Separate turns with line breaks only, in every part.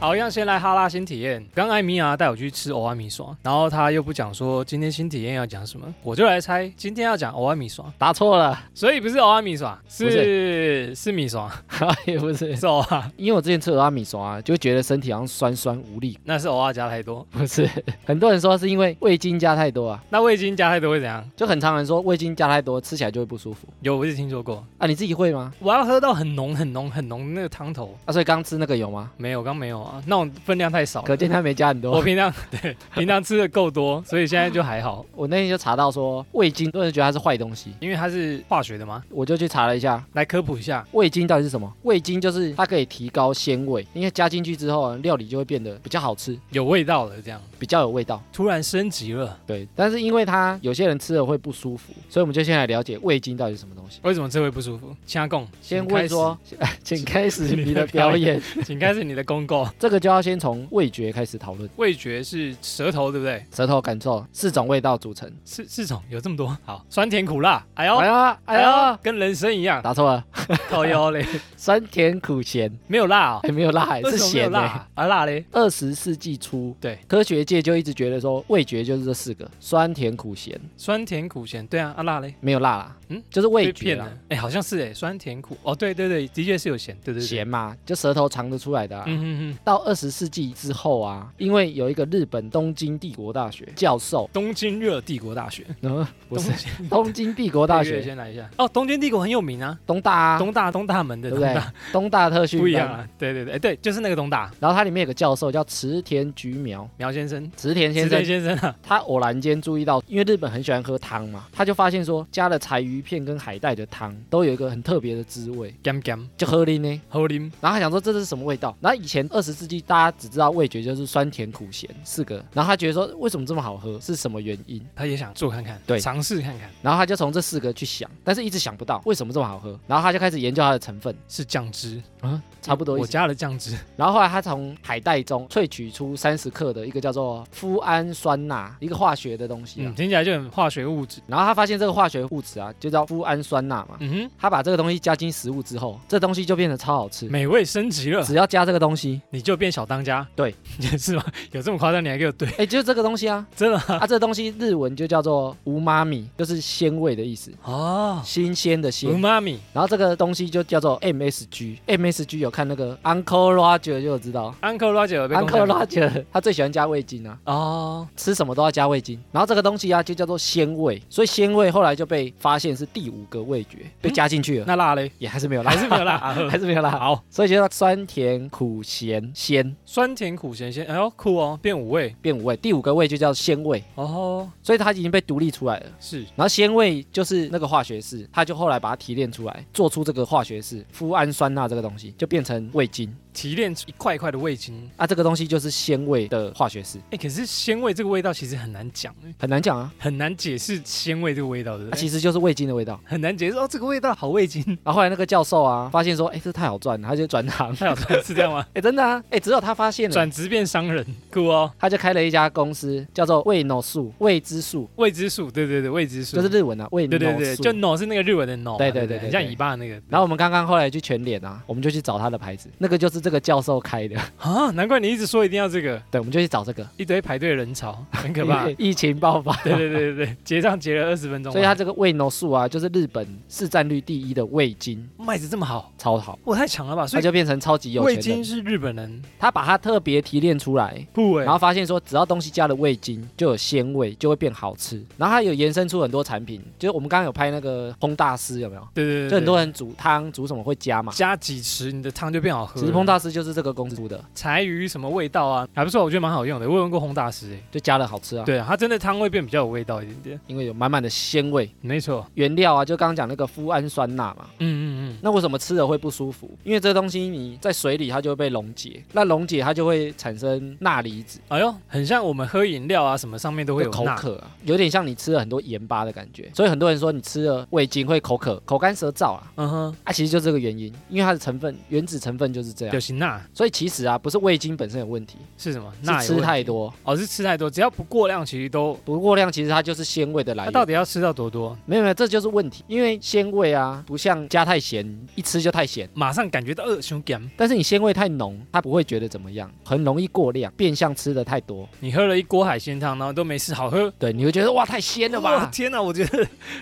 好，一样先来哈拉新体验。刚艾米亚带我去吃欧阿米爽，然后他又不讲说今天新体验要讲什么，我就来猜今天要讲欧阿米爽，
答错了，
所以不是欧阿米爽，
不
是是米爽，
也哎不是，
是欧啊，
因为我之前吃俄阿米刷、啊，就觉得身体好像酸酸无力，
那是欧啊加太多。
不是， 很多人说是因为味精加太多啊，
那味精加太多会怎样？
就很常人说味精加太多吃起来就会不舒服
有我是听说过，
啊，你自己会吗？
我要喝到很浓很浓很浓那个汤头，
啊，所以刚吃那个有吗？
没有，刚没有啊，那种分量太少了
可见他没加很多。
我
我
平常 对平常吃的够多，所以现在就还好，
那天就查到说味精，多人觉得它是坏东西，
因为它是化学的嘛。
我就去查了一下，
来科普一下，
味精到底是什么？味精就是它可以提高鲜味，因为加进去之后啊，料理就会变得比较好吃，
有味道了，这样
比较有味道。
突然升级了。
对，但是因为它有些人吃了会不舒服，所以我们就先来了解味精到底是什么东西。
为什么这会不舒服？掐供，
先
请开
问
始
说，， 请开始
你
你
的
的表
表演
演。
请开始你的公 告。
这个就要先从味觉开始讨论，
味觉是舌头，对不对？
舌头感受四种味道组成。
四四种有这么多，好，酸甜苦辣，哎呦
哎呀哎
哎呦
呀，，
跟人生一 样，
答错了，
靠腰嘞，
酸甜苦咸，
没有辣 哦，
还没有辣，欸
为
是
什么没有
咸
辣
的。
啊啊辣嘞，
二十世纪初，
对，
科学界就一直觉得说味觉就是这四个：酸甜苦咸，
酸甜苦咸，对啊，啊辣嘞，
没有辣啦，
嗯
嗯，就是味
被
觉
骗
啦
了，，哎，好像是哎，酸甜苦，哦，对对对，的确是有咸，对对对，
咸嘛，就舌头尝得出来的啊。
嗯嗯嗯，
到二十世纪之后啊，因为有一个日本东京帝国大学教授，
东京热帝国大学，
嗯，不是
东京
东京帝国大
日月
学
先来一下，哦，东京帝国很有名啊，
东大啊，
东大东大门的
对不
东
对
大？
东大特训
不一
班
样啊，对对对，哎对，就是那个东大
然后它里面有个教授叫池田菊苗，
苗先生，
池田先
池
生
田，先生啊，
他偶然间注意到，因为日本很喜欢喝汤嘛，他就发现说，加了柴鱼片跟海带的汤都有一个很特别的滋味，
干干
就喝了呢。
好啉。
然后他想说这是什么味道？然后以前二十世纪大家只知道味觉就是酸甜苦咸四个，然后他觉得说为什么这么好喝，是什么原因？
他也想做看看，
对
尝试看看
然后他就从这四个去想，但是一直想不到为什么这么好喝。然后他就开始研究它的成分
是酱汁，
啊，差不多意
我
思。
加了酱汁，
然后后来他从海带中萃取出三十克的一个叫做脯氨酸钠，一个化学的东西啊。
嗯，听起来就很化学物质，
然后他发现这个化学物质啊，就叫脯氨酸钠嘛。
嗯
他把这个东西加进食物之后，这东西就变得超好吃
哼，。美味升级了，
只要加这个东西，
你就变小当家，
对，
是吗？有这么夸张？你还给我对，，
哎，就是这个东西啊
真的
啊，这个东西日文就叫做无妈米，就是鲜味的意思，
哦，
新鲜的
乌
鲜。
妈咪，
然后这个东西就叫做 MSG。MSG 有看那个 Uncle Roger 就有知道
Uncle Roger 有被攻
，Uncle
占吗
Roger 他最喜欢加味精啊，
哦，
吃什么都要加味精。然后这个东西啊就叫做鲜味，所以鲜味后来就被发现是第五个味觉被加进去了，
那辣嘞，
也还是没有辣
还，是没有辣，啊呵
还是没有辣。
好，
所以就叫酸甜苦咸鲜
酸甜苦咸鲜，哎呦酷哦，变五味
变五味，第五个味就叫鲜味，
哦，
所以它已经被独立出来了。
是
然后鲜味就是那个化学式，它就后来把它提炼出来，做出这个化学式脯氨酸钠这个东西，就变成味精
提炼出一块一块的味精，
啊。这个东西就是鲜味的化学式，
哎，可是鲜味这个味道其实很难讲，哎
很难讲啊，
很难解释鲜味这个味道，对不
它
对？
其实就是味精的味道。
很难解释哦，这个味道好味精，
然后后来那个教授啊，发现说，哎，这太好赚了，他就转行。
他有说是 这样吗？
哎，真的啊，哎，只有他发现了。
转职变商人，酷哦！
他就开了一家公司，叫做味脑素，味之素，
未知数，对对对，未知数，
就是日文啊，味脑
对
素。
对对，就 no 是那个日文的 no，嘛
对
对不
对对
很
对
像
对
尾巴的那个。
然后我们刚刚后来去全脸啊，我们就去找他的牌子，那个就是这个教授开的，
啊，难怪你一直说一定要这个，
对，我们就去找这个，
一堆排队的人 潮，很可怕
因为。疫情爆发，
对对对对对，结账结了二十分钟嘛，
所以它这个味浓素啊，就是日本市占率第一的味精，
卖的这么好，
超好，
我太强了吧！所
它
以
就变成超级有
味
钱
精
人，
是日本人，
他把它特别提炼出来。
不哎
然，后发现说，只要东西加了味精，就有鲜味，就会变好吃。然后它有延伸出很多产品，就是我们刚刚有拍那个烘大师，有没有？
对对对，
就很多
人
人煮汤煮什么会加嘛。
加几匙，你的汤就变好喝了。
其实烘大师就是这个公司出的，
柴鱼什么味道啊，还不错，我觉得蛮好用的。我有问过烘大师哎，
就加了好吃啊，
对啊，它真的汤会变比较有味道一点点，
因为有满满的鲜味。
没错。
原料啊，就刚刚讲那个脯氨酸钠嘛。
嗯嗯嗯，
那为什么吃了会不舒服？因为这东西你在水里它就会被溶解，那溶解它就会产生钠离子，
哎呦，很像我们喝饮料啊什么上面都会
会
有
口
钠
渴啊，有点像你吃了很多盐巴的感觉。所以很多人说你吃了味精会口渴、口干舌燥啊，
嗯哼，
啊，其实就是这个原因，因为它的成分原子成分就是这
有
样。
型钠
所以其实啊，不是味精本身有问题，
是什么？钠有
是吃
问
太
题
多。
哦，是吃太多，只要不过量，其实都
不过量其实它就是鲜味的来
它
源。
到底要吃到多多？
没有没有，这就是问题，因为鲜味啊，不像加太咸，一吃就太咸。
马上感觉到呃，熊感，
但是你鲜味太浓，他不会觉得怎么样，很容易过量，变相吃的太多，
你喝了一锅海鲜汤，然后都没事，好喝。
对，你会觉得哇太鲜了
哇
吧？
天哪，我觉得，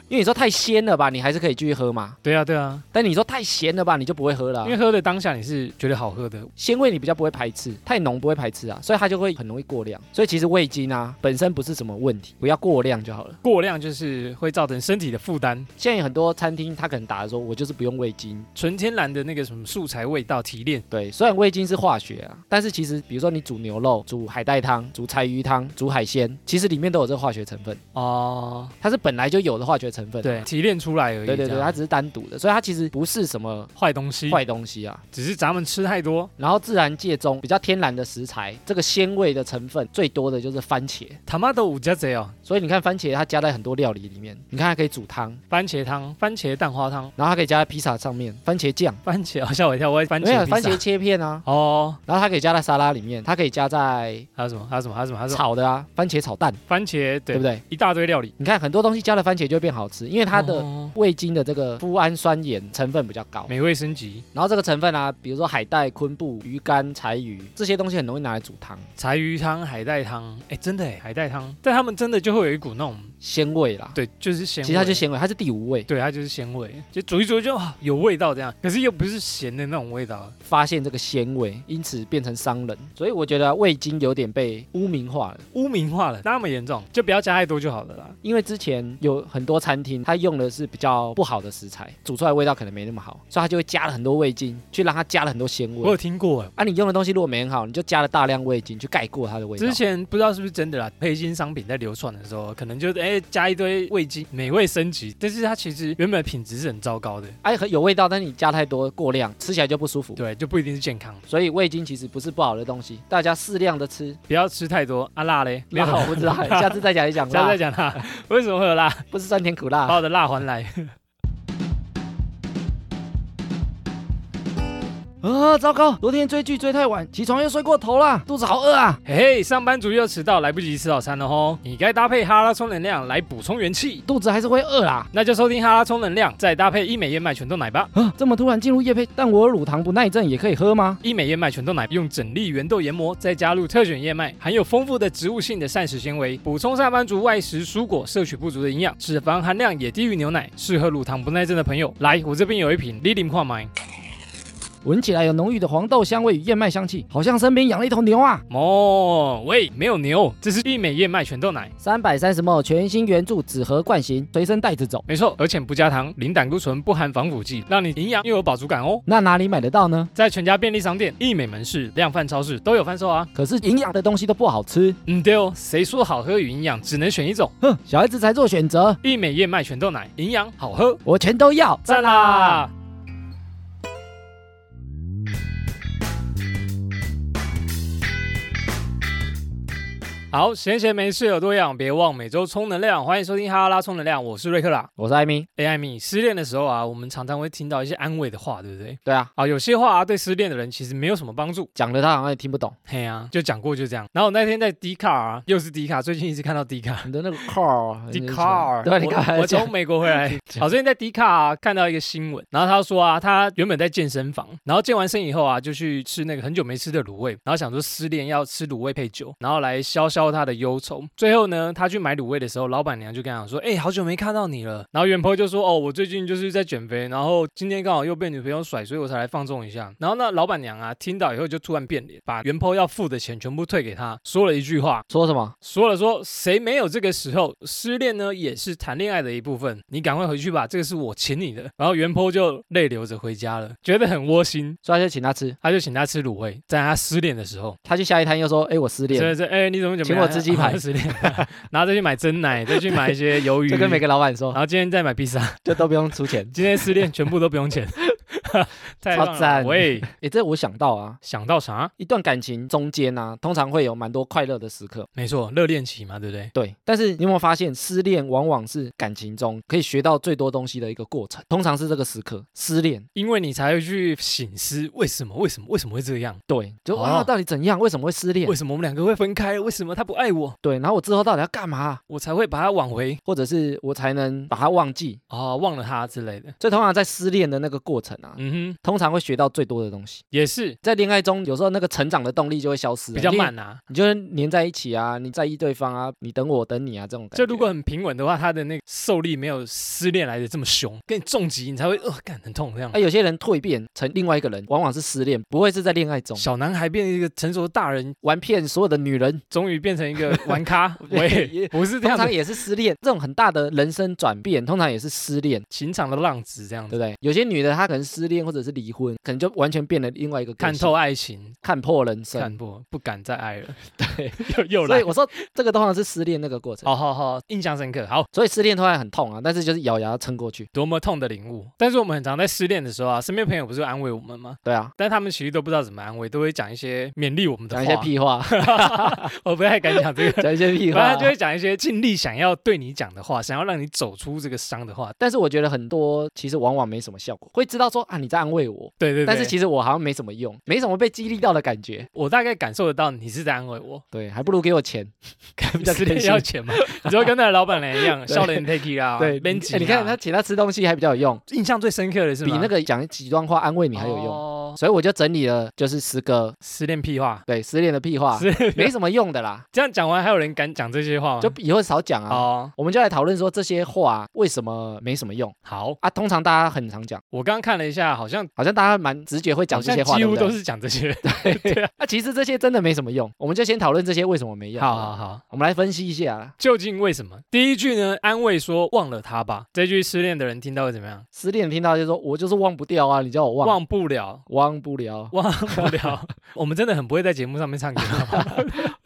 因为你说太鲜了吧，你还是可以继续喝嘛。
对啊对啊，
但你说太咸了吧，你就不会喝了啊、
因为喝的当下你是觉得好喝的，
鲜味你比较不会排斥，太浓不会排斥啊，所以它就会很容易过量。所以其实味精啊本身不是什么问题，不要过量就好了。
过量就是会造成身体的负担。
现在有很多餐厅它可能打的说，我就是不用味精。
纯天然的那个什么素材味道提炼，
对，虽然味精是化学啊，但是其实比如说你煮牛肉、煮海带汤、煮柴鱼汤、煮海鲜，其实里面都有这个化学成分，
哦，
它是本来就有的化学成分啊、
对，提炼出来而已。
对对
这
对，
样
它只是单独的，所以它其实不是什么
坏东西，
坏东西啊。
只是咱们吃太多，
然后自然界中比较天然的食材，这个鲜味的成分最多的就是番茄，
他妈的五加贼哦，
所以你看番茄它加在很多料理里面，你看它可以煮汤，
番茄汤、番茄蛋花汤、
然后它可以加在披萨上面，番茄酱，
番茄，哦、吓我一跳，我以为番
没有
茄
番
披
茄
萨。
切片啊，
哦，
然后它可以加在沙拉里面，它可以加在
还有什么？还有什么？还有什么？还有什么？
炒的啊，番茄炒蛋，
番茄，
对
对
不对？
一大堆料理，
你看很多东西加了番茄就会变好吃，因为它的
哦
味精的这个富氨酸盐成分比较高，
美味升级，
然后这个成分啊，比如说海带、昆布、鱼干、柴鱼这些东西很容易拿来煮汤，
柴鱼汤、海带汤，哎，真的哎，海带汤，但他们真的就会有一股那种，
鲜味啦。
对，就是鲜味，
其实它就，鲜味，它是第五味。
对，它就是鲜味，就煮一煮就啊有味道这样，可是又不是咸的那种味道，
发现这个鲜味，因此变成商人。所以我觉得味精有点被污名化了，
污名化了，那么严重，就不要加太多就好了啦。
因为之前有很多餐厅它用的是比较不好的食材，煮出来味道可能没那么好，所以它就会加了很多味精，去让它加了很多鲜
我
味
有。听过哎，
啊，你用的东西如果没很好，你就加了大量味精去盖过它的味道
之。前不知道是不是真的啦，黑心商品在流传的时候，可能就哎加一堆味精，美味升级，但是它其实原本品质是很糟糕的，
哎、很有味道，但是你加太多过量，吃起来就不舒服。
对，就不一定是健康，
所以味精其实不是不好的东西，大家适量的吃。
不要吃太多啊辣嘞，
没有，我不 知道，下次再讲一讲
下次
辣
再，讲 辣，为什么会有辣？
不是酸甜苦辣。
把我的辣还来。
啊，糟糕！昨天追剧追太晚，起床又睡过头啦，肚子好饿啊！
嘿嘿，上班族又迟到，来不及吃早餐了吼，你该搭配哈拉充能量来补充元气。
肚子还是会饿啦。
那就收听哈拉充能量，再搭配一美燕麦全豆奶吧。
啊，这么突然进入夜配，但我有乳糖不耐症也可以喝吗？
一美燕麦全豆奶用整粒原豆研磨，再加入特选燕麦，含有丰富的植物性的膳食纤维，补充上班族外食蔬果摄取不足的营养，脂肪含量也低于牛奶，适合乳糖不耐症的朋友。来，我这边有一瓶 Lily 矿买，
闻起来有浓郁的黄豆香味与燕麦香气，好像身边养了一头牛啊！
哦，喂，没有牛，这是一美燕麦全豆奶，
三百三十 ml 全新原著纸盒罐型，随身带着走。
没错，而且不加糖，零胆固醇，不含防腐剂，让你营养又有饱足感哦。
那哪里买得到呢？
在全家便利商店、一美门市、量贩超市都有贩售啊。
可是营养的东西都不好吃，
嗯，对哦，谁说好喝与营养只能选一种？
哼，小孩子才做选择，
一美燕麦全豆奶，营养好喝，
我全都要，啊
赞！啊啦！好，闲闲没事有多样，别忘每周充能量。欢迎收听哈拉充能量，我是瑞克啦。
我是艾米，
哎，艾米，失恋的时候啊，我们常常会听到一些安慰的话，对不对？
对啊，
啊，有些话啊，对失恋的人其实没有什么帮助。
讲的他好像也听不懂，
嘿啊，就讲过就这样。然后我那天在 D 卡啊，又是 D 卡，最近一直看到 D 卡。
你的那个 car，
迪卡，
对，你刚
我
才
我
讲
从美国回 来，好，最近在迪卡、看到一个新闻，然后他说啊，他原本在健身房，然后健完身以后啊，就去吃那个很久没吃的卤味，然后想说失恋要吃卤味配酒，然后来消消他的忧愁。最后呢，他去买卤味的时候，老板娘就跟他讲说，哎、好久没看到你了。然后袁婆就说，哦，我最近就是在减肥，然后今天刚好又被女朋友甩，所以我才来放纵一下。然后那老板娘啊，听到以后就突然变脸，把袁婆要付的钱全部退给他，说了一句话，
说什么？
说了说，谁没有这个时候？失恋呢，也是谈恋爱的一部分。你赶快回去吧，这个是我请你的。然后袁坡就泪流着回家了，觉得很窝心。
所以他就请他吃，
他就请他吃卤味，在他失恋的时候，
他去下一摊又说，哎，我失恋
所
了，
以说，哎，你怎么怎么啊
请我吃鸡排
失恋， 然后再去买蒸奶，再去买一 些鱿鱼，啊
就跟每个老板说
然，后今天再买披萨， ，
就都不用出钱
今天失恋全部都不用钱， 太
超
棒了
赞
喂，
诶，这我想到啊，
想到啥？
一段感情中间啊，通常会有蛮多快乐的时刻。
没错，热恋期嘛，对不对？
对，但是你有没有发现，失恋往往是感情中可以学到最多东西的一个过程，通常是这个时刻，失恋。
因为你才会去醒思为什么，为什么，为什么会这样？
对，就
哦
啊，到底怎样？为什么会失恋
为？什么我们两个会分开？为什么他不爱我？
对，然后我之后到底要干嘛？
我才会把他挽回
或者是我才能把它忘记？
啊、忘了他之类的。
所以通常在失恋的那个过程啊，
嗯哼，
通常会学到最多的东西。
也是
在恋爱中，有时候那个成长的动力就会消失，
比较
因为
慢啊。
你就是黏在一起啊，你在意对方啊，你等我，我等你啊，这种感觉。
就如果很平稳的话，他的那个受力没有失恋来的这么凶，跟你重击，你才会呃，感很痛这样
啊，。有些人蜕变成另外一个人，往往是失恋，不会是在恋爱中
小男孩变成一个成熟的大人，
玩骗所有的女人，
终于变成一个玩 咖，
对
喂，
也
不是这
通
样
常
的，
也是失恋。这种很大的人生转变，通常也是失恋，
情场的浪子这样
对
子，
不对？有些女的她可能失恋或者是离婚，可能就完全变了另外一个个
看
性
透爱情，
看破人生。
看破，不敢再爱了。
对，
又又
所
来
以，我说这个通常是失恋那个过程。
好好好，印象深刻，好。
所以失恋通常很痛啊，但是就是咬牙撑过去。
多么痛的领悟！但是我们很常在失恋的时候啊，身边朋友不是会安慰我们吗？
对啊，
但他们其实都不知道怎么安慰，都会讲一些勉励我们的
讲
话。
一些 屁话，
我哦不太敢讲这个，
讲一些 屁
反
话
正他。就会讲一些尽力想要对你讲的话，想要让你走出这个伤的话。
但是我觉得很多其实往往没什么效果，会知道说啊你在安慰我，
对对对，
但是其实我好像没什么用，没什么被激励到的感觉。
我大概感受得到你是在安慰我。
对，还不如给我 钱。 比较
失
开
恋
心
要钱嘛，你就会跟那个老板娘一样，
对
笑脸 take it 啊，
你
编辑、
哎你看他请他吃东西还比较有用，
印象最深刻的是
比
吗
那个讲几段话安慰你还有用。
哦
所以我就整理了，就是十个
失恋屁话，
对失恋的屁话，
失
没什么用的啦，
这样讲完还有人敢讲这些话吗？
就以后少讲啊。
哦，
我们就来讨论说这些话为什么没什么用
好，
啊？通常大家很常讲，
我刚刚看了一下，好像
好像大家蛮直觉会讲
好
这
像
些话，
几
对
乎
不
都
对？
是讲这些。
啊，其实这些真的没什么用，我们就先讨论这些为什么没用。
好好，好，
我们来分析一下啊
究竟为什么？第一句呢，安慰说忘了他吧。这句失恋的人听到会怎么样？
失恋听到就说我就是忘不掉啊，你叫我忘
忘不了。
忘不了，
忘不了，我们真的很不会在节目上面唱歌，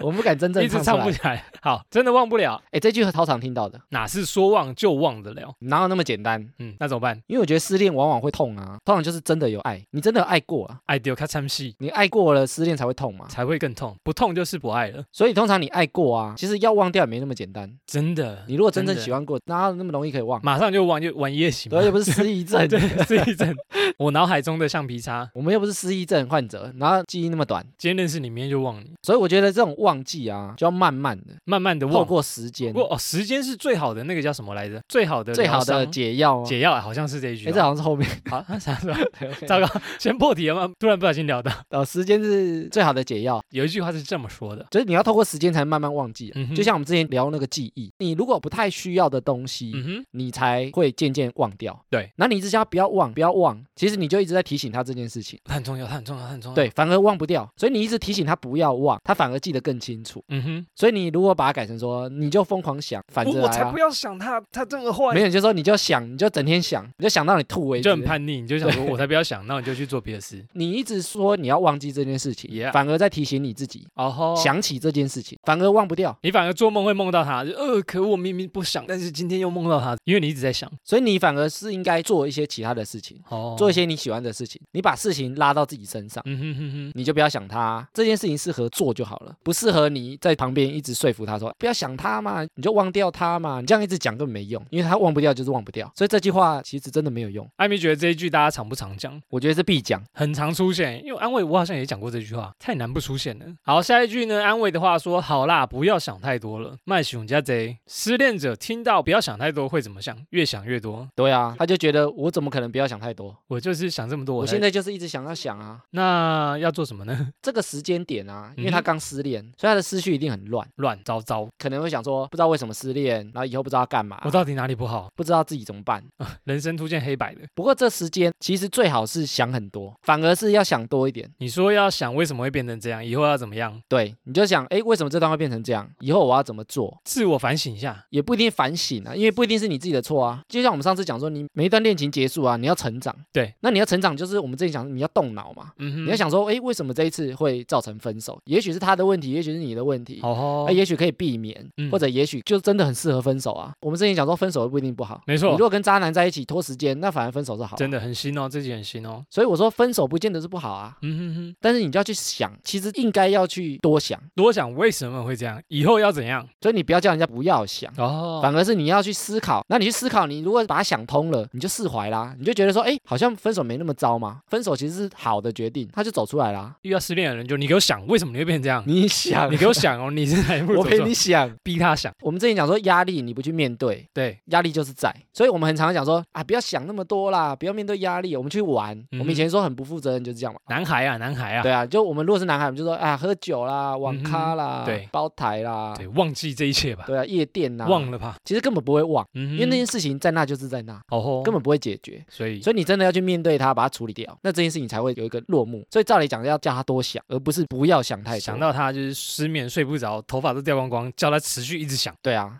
我们不 敢真 正
一直唱
唱出
不
来。
起来。好，真的忘不了，
哎，这句超常听到的，
哪是说忘就忘得了？
哪有那么简单？
嗯，那怎么办？
因为我觉得失恋往往会痛啊，通常就是真的有爱，你真的有爱过啊，
爱丢卡参戏
你爱过了，失恋才会痛嘛。
才会更痛，不痛就是不爱了。
所以通常你爱过啊，其实要忘掉也没那么简单。
真的，
你如果真正喜
欢，
欢过，哪有那么容易可 以忘？
马上就忘就玩夜行嘛
对，。又不是失忆 症，
对，是一阵。我脑海中的橡皮擦，
我们又不是失忆症患者，然后记忆那么短，
今天认识你，明天就忘你，
所以我觉得这种忘记啊，就要慢慢的，
慢慢的
透
忘。
过时
不
间，
过哦，时间是最好的那个叫什么来着？最好的
最好
疗
的
伤
解药啊。
解药啊好像是这一句
哎，
哦。
这好像是后 面，
好， 啊啥时候？糟糕，先破题了吗？突然不小心聊到，
呃，时间是 最好的解药，
有一句话是这么说的，
就是你要透过时间才慢慢忘记啊、
嗯哼
就像我们之前聊那个记忆，你如果不太需要的东西，
嗯哼，
你才会渐渐忘掉。
对，
那你一直叫他不要忘，不要忘，其实你就一直在提醒他这件事情，
它很重要，它很重要，它很重要。，
对，反而忘不掉。所以你一直提醒他不要忘，他反而记得更清楚。
嗯哼，
所以你如果把它改成说，你就疯狂想，反
我
着
我
来、
才
啊
不。要想他，他这么坏
没。有，你就说你就想，你就整天想，你就想到你吐为
你
止
就。很叛逆，你就想说，我才不要想，那你就去做别的事。
你一直说你要忘记这件事情
Yeah
反而在提醒你自己、
哦吼，
想起这件事情，反而忘不掉。
你反而做梦会梦到他，就呃，可我明明不想，但是今天又梦到他，因为你一直在想，
所以你反而是应该做一些其他的事情，
哦，
做一，些你喜欢的事情，你把事情拉到自己身上。
嗯哼哼哼，
你就不要想他这件事情适合做就好了，不适合你在旁边一直说服他说不要想他嘛，你就忘掉他嘛，你这样一直讲根本没用，因为他忘不掉就是忘不掉，所以这句话其实真的没有用，
艾米觉得这一句大家常不常讲，
我觉得是必讲。
很常出现，因为安慰我好像也讲过这句话，太难不出现了。好，下一句呢？安慰的话说，好啦，不要想太多了，卖熊家贼。失恋者听到不要想太多会怎么想？越想越多，
对啊，他就觉得我怎么可能不要想太多，
我就是想这么多。
我
我
现
现在
在就是一直想要想啊，
那要做什么呢？
这个时间点啊，因为
嗯
他
哼
刚失恋，所以他的思绪一定很乱，
乱糟糟，
可能会想说不知道为什么失恋，然后以后不知道要干嘛，
我到底哪里不好？
不知道自己怎么办。
人生出现黑白的。
不过这时间其实最好是想很多，反而是要想多一点。
你说要想为什么会变成这样，以后要怎么样？
对，你就想，哎，为什么这段会变成这样？以后我要怎么做？
自我反省一下。
也不一定反省啊，因为不一定是你自己的错啊。就像我们上次讲说，你每一段恋情结束啊，你要成长。
对，
那你要成长，就是我们之前讲，你要动脑嘛。
嗯哼
你要，想说，哎，为什么这一次会造成分手？也许是他的问题，也许是你的问题，
哦
啊，，也许可以避免，
嗯
或者也许就真的很适合分手啊。我们之前讲说分手也不一定不好，
没
你
错
如，果跟渣男在一起拖时间，那反而分手是好，
真
的。
的很新哦，这集很新哦。
所以我说分手不见得是不好啊，
嗯哼哼，
但是你就要去想，其实应该要去多想，
多想为什么会这样，以后要怎样
所以你不要叫人家不要想。
哦。
反而是你要去思考，那你去思考，你如果把它想通了，你就释怀啦，你就觉得说，哎，好像分手没那么糟嘛，分手其实是好的决定，他就走出来啦。
遇到失恋的人就你给我想，为什么你会变成这 样？
你想
你给我想哦，你是哪一步走错？
我陪你想。
逼他想，
我们之前讲说压力你不去面对，
对，
压力就是在，所以我们很常讲说啊，不要想那么多啦，不要面对压力，我们去玩。
嗯
我们以前说很不负责任就是这样嘛。
男孩啊，男孩啊，
对啊，就我们如果是男孩，我们就说啊，喝酒啦，网咖
嗯
啦，
哼对
包台啦，
对，忘记这一切吧，
啊对啊，夜店啦，
忘，了吧，
其实根本不会忘，
嗯哼，
因为那件事情在那就是在那，
哦吼，
根本不会解决。
所以
所以你真的要去面对它，把它处理掉，那这件事情才会有一个落幕。所以照理讲，要叫他多想，而不是不要想太多。
想到他就是失眠、睡不着、头发都掉光光，叫他持续一直想，
对啊，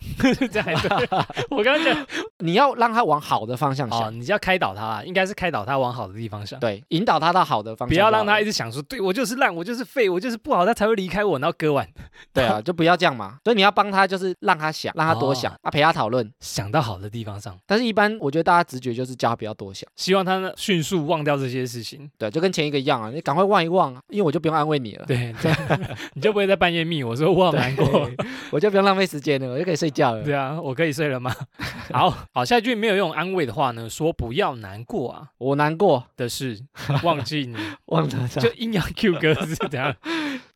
这样还对。我刚刚讲，
你要让他往好的方向
哦，
想，
你就要开导他啦，应该是开导他往好的地方想。
对，引导他到好的方向
不
就好
要
了。
让他一直想说，对我就是烂，我就是废，我就是不好，他才会离开我，然后割腕。
对啊，就不要这样嘛。所以你要帮他，就是让他想，让他多想、
哦
啊，陪他讨论。
想到好的地方上，
但是，一般我觉得大家直觉就是叫他不要多想，
希望他呢迅速忘掉这些事 情。
对，就跟前一个一样啊，你赶快忘一忘，因为我就不用安慰你了，
对，这样 你就不会在半夜密我说我好难过。
我就不用浪费时间了，我就可以睡觉了。
对啊，我可以睡了吗？ 好好，下一句没有用安慰的话呢，说不要难过啊
我难过，
的是忘记你，
忘了他
就硬要 Q 歌是怎样？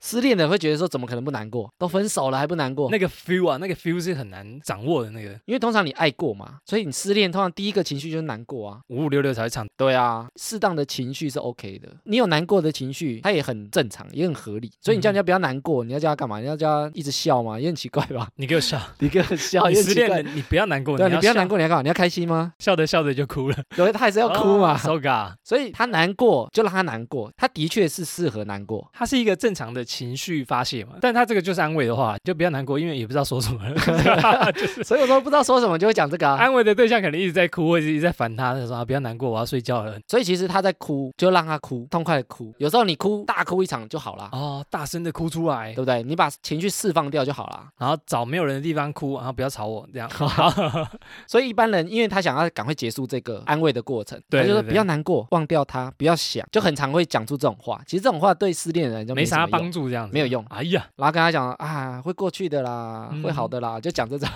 失恋的会觉得说，怎么可能不难过？都分手了还不难过？
那个 feel 啊，那个 feel 是很难掌握的那个。
因为通常你爱过嘛，所以你失恋通常第一个情绪就是难过啊。
五五六六才会唱，
对啊，适当的情绪是 OK 的。你有难过的情绪，它也很正常，也很合理。所以你叫人家不要难过，你要叫他干嘛？你要叫他一直笑吗？也很奇怪吧？
你给我笑，
你给我笑
你
也很
失
奇
恋
怪
了，。你不要难过，
对啊，你不要难
过，
过，你要干嘛？你要开心吗？
笑着笑着就哭了， 哦
对，他还是要哭嘛。
so ga，
所以他难过就让他难过，他的确是适合难 过。
它是一个正常的情绪发泄嘛，但它这个就是安慰的话，就不要难过，因为也不知道说什么了， 就是。
所以我说不知道说什么就会讲这个啊。
安慰的对象可能一直在哭，或者一直在烦他，他说啊不要难过，我要睡觉了。
所以其实他在哭，就让他哭，痛快的哭。有时候你哭大哭一场就好啦，
哦，大声的哭出来
对，不对？你把情绪释放掉就好啦。
然后找没有人的地方哭，然后不要吵我， 这样。
所以一般人，因为他想要赶快结束这个安慰的过程，
对
他就说
对对
不要难过，忘掉他，不要想，就很常会讲出这种话。其实这种话对失恋的人就
没
什么
啥
用
帮助，这样子
没有用
哎 呀，
然后跟他讲啊，会过去的啦，
嗯
会好的啦，就讲这种。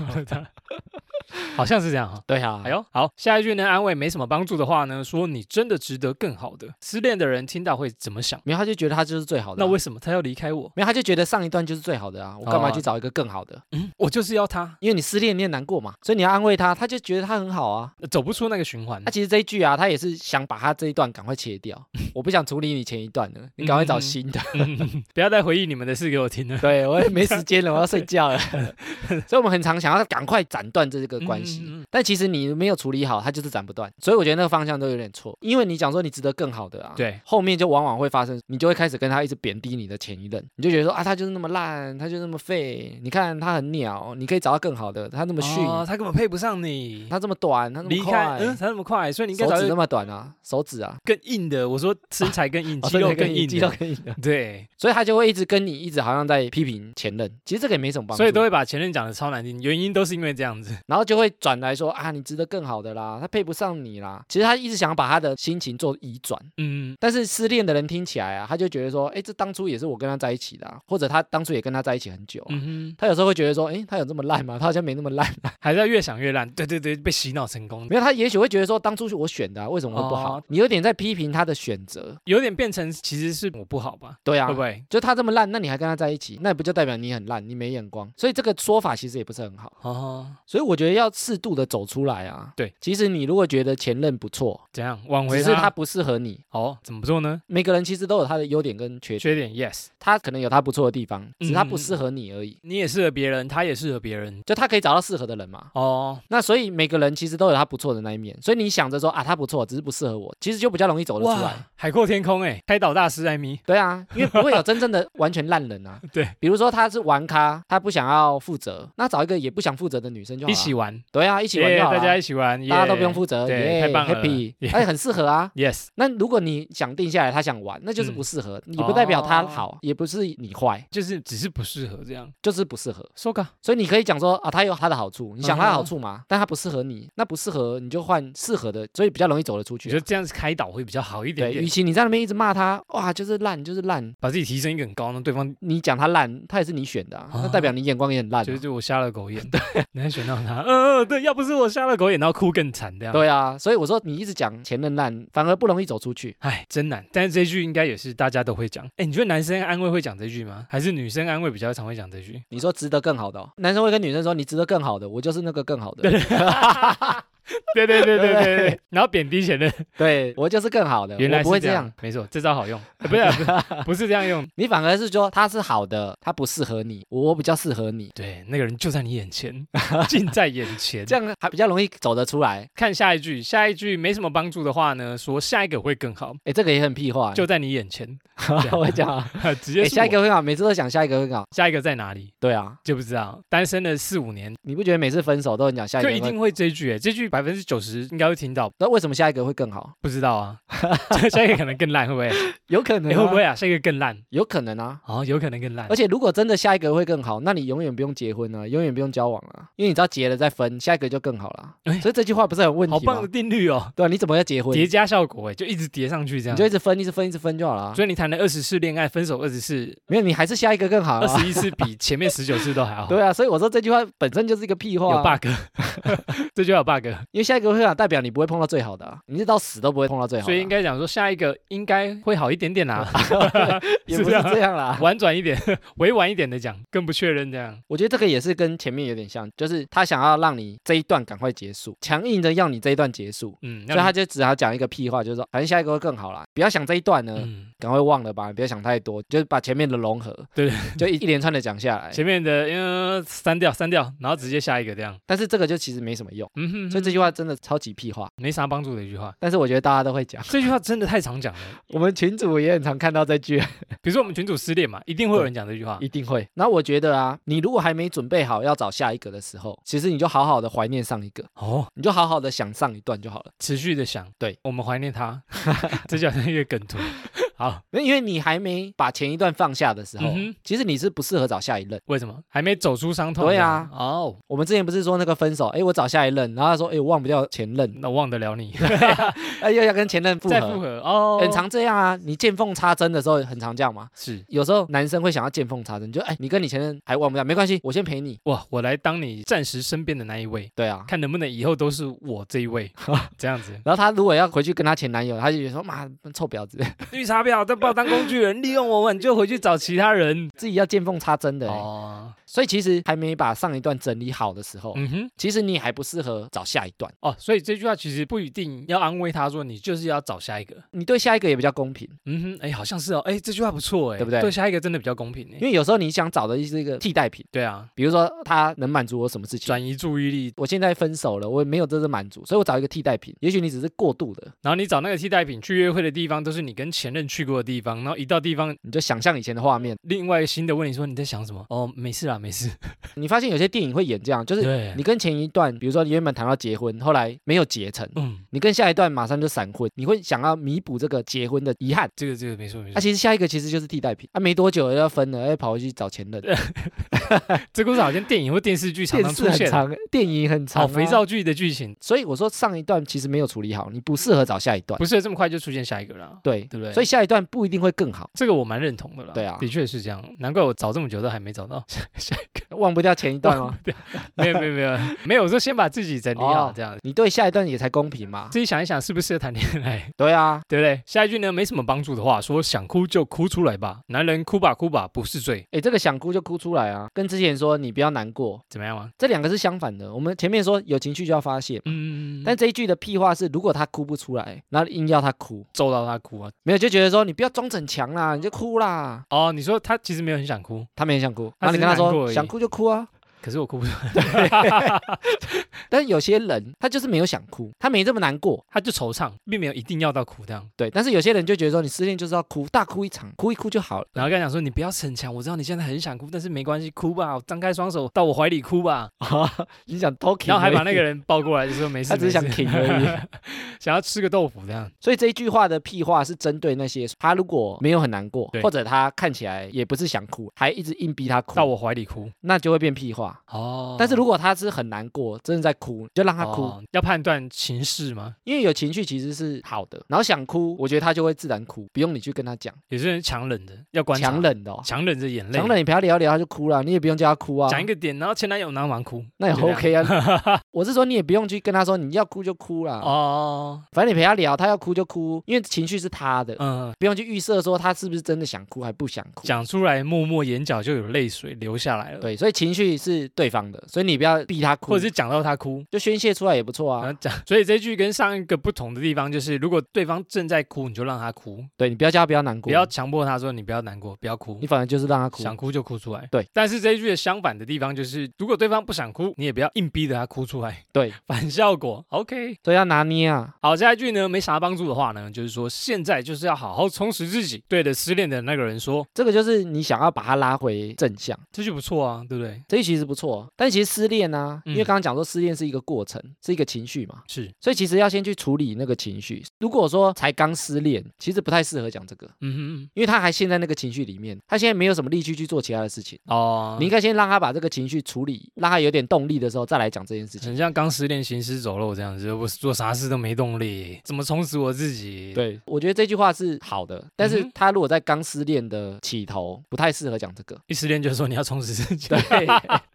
好像是这样哈、
对啊，
哎呦，好，下一句呢？安慰没什么帮助的话呢，说你真的值得更好的。失恋的人听到会怎么想？
没有他就觉得他就是最好的啊、
那为什么他要离开我？
没有他就觉得上一段就是最好的啊，我干嘛
哦
去找一个更好的？
嗯，我就是要他，
因为你失恋你也难过嘛，所以你要安慰他，他就觉得他很好啊。
呃走不出那个循环
他。其实这一句啊，他也是想把他这一段赶快切掉， 我不想处理你前一段了，你赶快
嗯
找新的。
不要再回忆你们的事给我听了。
对我也没时间了，我要睡觉了。所以我们很常想要赶快斩断这个关系，
嗯嗯嗯
但其实你没有处理好，它就是斩不断。所以我觉得那个方向都有点错，因为你讲说你值得更好的啊，，
对，
后面就往往会发生，你就会开始跟他一直贬低你的前一任，你就觉得说啊，他就是那么烂，他就是那么废，你看他很鸟，你可以找到更好的，他那么逊，
哦，他根本配不上你。
他这么短，他那
离
么
开
快，，
嗯，他那么快，所以你应该
手
找
指
一
那
个
么短啊，手指啊，
更硬的。我说身材更硬，
哦
肌肉
对对
更
对
硬的，
肌肉更硬的，
对，
所以他就会一直跟你一直好像在批评前任，其实这个也没什么帮助，啊
所以都会把前任讲的超难听，原因都是因为这样子。
然后就会转来说啊，你值得更好的啦，他配不上你啦。其实他一直想把他的心情做移转，
嗯，
但是失恋的人听起来啊，他就觉得说，哎，这当初也是我跟他在一起的、啊，或者他当初也跟他在一起很久啊、
嗯
他有时候会觉得说，哎，他有这么烂吗？他好像没那么烂、 啊。
哼，还在越想越烂，对对对，被洗脑成功，
没有，他也许会觉得说，当初是我选的、啊，为什么会不好？
哦
你有点在批评他的选择。
有点变成其实是我不好吧？
对啊，
会不会？
就他这么烂，那你还跟他在一起，那不就代表你很烂，你没眼光？所以这个说法其实也不是很好。
哦，
所以我觉得要适度的走出来啊。
对，
其实你如果觉得前任不错，
怎样挽
只
回
是他不适合你，
哦，怎么做呢？
每个人其实都有他的优点跟缺点，
缺点 yes，
他可能有他不错的地方，只是他不
嗯
适合你而已。
你也适合别人，他也适合别人。
就他可以找到适合的人嘛。
哦，
那所以每个人其实都有他不错的那一面，所以你想着说啊，他不错，只是不适合我，其实就比较容易走得出来。
哇，海阔天空哎，开导大师艾米，
对啊，因为不会有真正
。
的完全烂人啊
对，
比如说他是玩咖，他不想要负责，那找一个也不想负责的女生就好
一
了。
起玩玩，
对啊，一起玩
耶
就好
大
了，
家一起玩，
大家都
耶
不用负责，
对
耶
太棒了
，happy，
耶
而且很适合啊。
Yes，
那如果你想定下来，他想玩，那就是
嗯
不适合，你不代表他
哦
好，也不是你坏，
就是只是不适合这样。
就是不适合。
收卡，
所以你可以讲说啊，他有他的好处，你想他的
嗯哼
好处嘛，但他不适合你，那不适合你就换适合的，所以比较容易走得出
我
去
觉
啊。
得这样子开导会比较好一点
对，与
点，
其你在那边一直骂他，哇，就是烂，就是烂，
把自己提升一个很高，那对方
你讲他烂，他也是你选的、啊，那代表你眼光也很烂、
觉得
啊。
就我瞎了狗眼，对，能选到他，嗯嗯，对，要不是我瞎了狗眼，然后哭更惨这样。
对啊，所以我说你一直讲前任烂，反而不容易走出去。
哎，真难。但是这句应该也是大家都会讲。哎，你觉得男生安慰会讲这句吗？还是女生安慰比较常会讲这句？
你说值得更好的哦、男生会跟女生说你值得更好的，我就是那个更好的，
对对对对
对
对对。 然后贬低前任，
对我就是更好的，
原来
我不会
是
这样
样，，没错，这招好用。呃不是啊不是，不是这样用。
你反而是说他是好的，他不适合你，我比较适合你，
对，那个人就在你眼 前，近在眼前。
这样还比较容易走得出来。
看下一句，下一句没什么帮助的话呢，说下一个会更好，
哎，这个也很屁话，
就在你眼 前，
我讲啊，
直
哎，
接是
下一
我
个会好，每次都想下一个会好，
下一个在哪里
对啊，
就不知道。单身了四五年，
你不觉得每次分手都很讲下一
就
个
一
会？
定会这句、欸，这句百分之九十应该会听到，
那为什么下一个会更好？
不知道啊， 下一个可能更烂，会不会？
有可能、
欸
啊，
会不会？啊？下一个更烂，
有可能啊。
哦，有可能更烂
而。且如果真的下一个会更好，那你永远不用结婚啊，永远不用交往啊，因为你知道结了再分，下一个就更好了。
哎
所以这句话不是很有问
好
题吗？
棒的定律哦，
对啊，你怎么要结婚？
叠加效果哎、就一直叠上去这
你
样
就。一直分，一直分，一直分就好了啊。
所以你谈了二十次恋爱，分手二十次，
没有，你还是下一个更好
二
啊。
十一次比前面十九次都还好。
对啊，所以我说这句话本身就是一个屁话、
有
啊，
bug，这就有 bug。
因为下一个会好，代表你不会碰到最好的、啊，你是到死都不会碰到最好的啊、
所以应该讲说下一个应该会好一点点啦，
也
是
不是
这样
这样啦。
婉转一点，委婉一点的讲，更不确认这样。
我觉得这个也是跟前面有点像，就是他想要让你这一段赶快结束，强硬的要你这一段结束，
嗯，
所以
让
他
你
就只好讲一个屁话，就是说反正下一个会更好啦，不要想这一段呢。
嗯，
赶快忘了吧，你不要想太多，就是把前面的融合，
对，
就一一连串的讲下来。
前面的嗯删掉删掉，然后直接下一个这样。
但是这个就其实没什么用，
嗯哼
所以这句话真的超级屁话。
没啥帮助的一句话。
但是我觉得大家都会讲，
这句话真的太常讲 了，
我们群主也很常看到这句，
比如说我们群主失恋嘛，一定会有人讲这句话。
一定会。那我觉得啊，你如果还没准备好要找下一个的时候，其实你就好好的怀念上一个，
哦，
你就好好的想上一段就好了。
持续的想，
对
我们怀念 他，这叫一个梗图。好，
那因为你还没把前一段放下的时候，
嗯哼
其实你是不适合找下一任。
为什么还没走出伤痛？
对啊
这样哦，
我们之前不是说那个分手，哎，我找下一任，然后他说，哎，我忘不掉前 任，
那忘得了你，
哎，又要跟前任复
再复
合，
合哦，
很常这样啊。你见缝插针的时候很常这样嘛。
是
有时候男生会想要见缝插针，就哎，你跟你前任还忘不掉，没关系，我先陪你。
哇，我来当你暂时身边的那一位，
对啊，
看能不能以后都是我这一 位，这样子。
然后他如果要回去跟他前男友，他就觉得说妈臭婊子，
绿茶婊都把我当工具人，利用我，我就回去找其他人。
自己要见缝插针的、欸。
哦，
所以其实还没把上一段整理好的时候，
嗯哼，
其实你还不适合找下一段，
哦，所以这句话其实不一定要安慰他说你就是要找下一个。
你对下一个也比较公平，
嗯哼，哎，好像是哦，哎，这句话不错，哎，
对不对
对下一个真的比较公平，
因
哎，
为有时候你想找的是一个替代品，
对啊，
比如说他能满足我什么事情。
转移注意力，
我现在分手了，我也没有真正满足，所以我找一个替代品。也许你只是过度的，
然后你找那个替代品去约会的地方都是你跟前任去过的地方，然后一到地方，
你就想象以前的画面。
另外一个新的问你说你在想什么？哦，没事啦，没事。
你发现有些电影会演这样，就是
对
你，跟前一段，比如说你原本谈到结婚，后来没有结成，
嗯，
你跟下一段马上就闪婚，你会想要弥补这个结婚的遗憾。
这个这个没错没
啊，
错，
其实下一个其实就是替代品啊，没多久要分了，要跑回去找前任。
这故事好像电影或电视剧常
电
常
视
出
很
现，
长，电影很长、啊
好肥。皂剧的剧情，
所以我说上一段其实没有处理好，你不适合找下一段。
不是这么快就出现下一个啦。
对
对不对
所以下一段不一定会更好，
这个我蛮认同的啦，
对啊
的确是这样，难怪我找这么久都还没找 到下一个。
忘不掉前一 段哦。
没有没有没有没有，我说先把自己整理好，
哦
这样
你对下一段也才公平嘛。
自己想一想适不适合谈恋爱，
对啊，
对不对？下一句呢没什么帮助的话，说想哭就哭出来吧，男人哭吧哭吧不是罪，
哎，这个想哭就哭出来啊，跟之前说你不要难过，
怎么样啊？
这两个是相反的。我们前面说有情绪就要发泄。
嗯，
但这一句的屁话是，如果他哭不出来，然后硬要他哭，
揍到他哭啊！
没有就觉得说你不要装逞强啦，你就哭啦。
哦，你说他其实没有很想哭，
他没很想哭，
他
然后
只
你
是
跟他
难过而
说
已
想哭就哭啊，
可是我哭不出来，
但有些人他就是没有想哭，他没这么难过，
他就惆怅，并没有一定要到哭这样。
对。但是有些人就觉得说，你失恋就是要哭，大哭一场，哭一哭就好了。
然后跟他讲说，你不要逞强，我知道你现在很想哭，但是没关系，哭吧，张开双手到我怀里哭吧。
啊，你想偷 k
然后还把那个人抱过来，就说没事，
他只是想
没事
挺而已。
想要吃个豆腐这样。
所以这一句话的屁话是针对那些他如果没有很难过
对，
或者他看起来也不是想哭，还一直硬逼他哭，
到我怀里哭
那就会变屁话。
哦
但是如果他是很难过，真的在哭，就让他哭，
哦要判断情势吗？
因为有情绪其实是好的。然后想哭，我觉得他就会自然哭，不用你去跟他讲，
有些人强忍的，要观察
强，忍的、哦，
强忍着眼泪，
强忍你陪他聊一聊，他就哭了，你也不用叫他哭啊，
讲一个点，然后前男友然后忙哭
那也
就这样
OK 啊。 我是说你也不用去跟他说你要哭就哭啦，
哦，
反正你陪他聊，他要哭就哭，因为情绪是他的。
嗯，
不用去预设说他是不是真的想哭还不想哭，
讲出来，默默眼角就有泪水流下来了，
对，所以情绪是对方的，所以你不要逼他哭，
或者是讲到他哭。
就宣泄出来也不错
然
啊。
后讲，所以这句跟上一个不同的地方就是，如果对方正在哭，你就让他哭，
对你不要叫他不要难过，
不要强迫他说你不要难过，不要哭
你，反而就是让他哭。
想哭就哭出来。
对，
但是这一句的相反的地方就是，如果对方不想哭，你也不要硬逼着他哭出来，
对，
反效果。OK，
所以要拿捏啊。
好，下一句呢，没啥帮助的话呢，就是说现在就是要好好充实自己。对着失恋的那个人说，
这个就是你想要把他拉回正向，
这句不错啊，对不对？
这其实不错。但其实失恋啊，
嗯
因为刚刚讲说失恋是一个过程，是一个情绪嘛，
是，
所以其实要先去处理那个情绪。如果说才刚失恋，其实不太适合讲这个，
嗯
因为他还陷在那个情绪里面，他现在没有什么力气去做其他的事情。
哼，哦，
你应该先让他把这个情绪处理，让他有点动力的时候再来讲这件事情。
很像刚失恋行尸走肉这样子，我做啥事都没动力，怎么充实我自己？，
对，我觉得这句话是好的，但是
嗯哼
他如果在刚失恋的起头，不太适合讲这个。
一失恋就说你要充实自己，
对，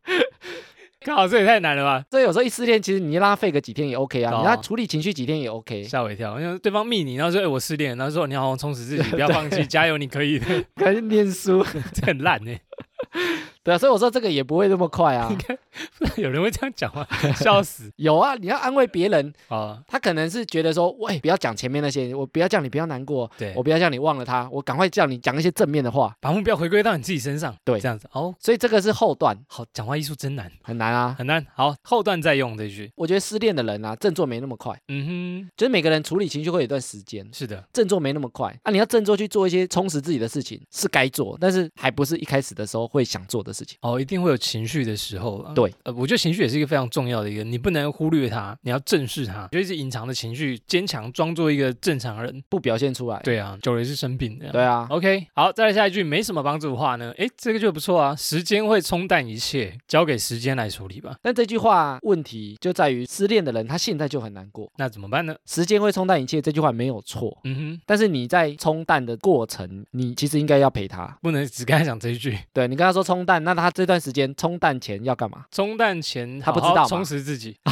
靠，这也太难了吧，
所以有时候一失恋，其实你让他废个几天也 OK 啊，
哦
你让他处理情绪几天也 OK，
吓我一跳，因为对方密你，然后说哎我失恋，然后说你要好好充实自 己，不要放弃，加油，你可以的，
可是念书，
这很烂欸呢、
对啊，所以我说这个也不会那么快啊。
有人会这样讲吗？笑 死
有啊，你要安慰别人，
啊！
他可能是觉得说，喂，不要讲前面那些，我不要叫你不要难过，
对
我，不要叫你忘了他，我赶快叫你讲一些正面的话。
把目标回归到你自己身上，
对
这样子哦。
所以这个是后段
好，讲话艺术真难，
很难啊。
很难。好，后段再用这句。
我觉得失恋的人啊，振作没那么快，
嗯
就是每个人处理情绪会有一段时间
哼，。是的，
振作没那么快啊，你要振作去做一些充实自己的事情是该做，但是还不是一开始的时候会想做的事情。
哦，一定会有情绪的时候啊。
对，
呃，我觉得情绪也是一个非常重要的一个，你不能忽略它，你要正视它，就一直隐藏的情绪，坚强装作一个正常人。
不表现出来。
对啊，久了也是生病的。
对。啊，
OK，好，再来下一句，没什么帮助的话呢？诶，这个就不错啊。时间会冲淡一切，交给时间来处理吧。
但这句话问题就在于失恋的人他现在就很难过，
那怎么办呢？
时间会冲淡一切，这句话没有错。
嗯哼，
但是你在冲淡的过程，你其实应该要陪他。
不能只跟他讲这一句。
对你跟他说冲淡，那他这段时间冲淡前要干嘛？
冲淡前
他不知
好好
道嘛
充实自己，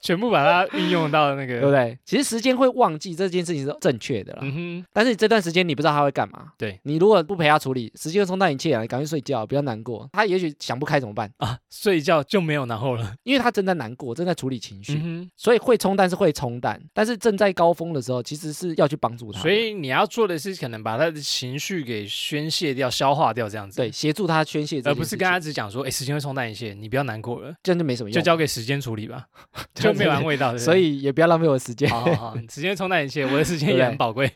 全部把它运用到那
对不
个。
对？其实时间会忘记这件事情是正确的啦。
嗯哼，
但是这段时间你不知道他会干嘛。
对
你如果不陪他处理，时间会冲淡一切啊，你赶快睡觉，不要难过。他也许想不开怎么办？
啊，睡觉就没有然后了。
因为他正在难过，正在处理情绪，
嗯
所以会冲淡是会冲淡，但是正在高峰的时候，其实是要去帮助他
哼，
的，
所以你要做的是，可能把他的情绪给宣泄掉、消化掉，这样子。
对，协助他宣泄这件事情，
而不是跟他只讲说，哎，时间会冲淡一切，你不要难过了，
这样就没什么用，
就交给时间处理吧，
对
就没有安慰到。对不对
所，以也不要浪费我的时间。
好好好，时间会冲淡一切，我的时间也很宝贵。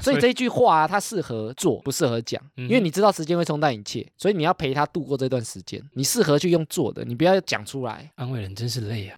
所以这一句话、啊、它适合做，不适合讲，
嗯
因为你知道时间会冲淡一切，所以你要陪他度过这段时间。你适合去用做的，你不要讲出来。
安慰人真是累啊！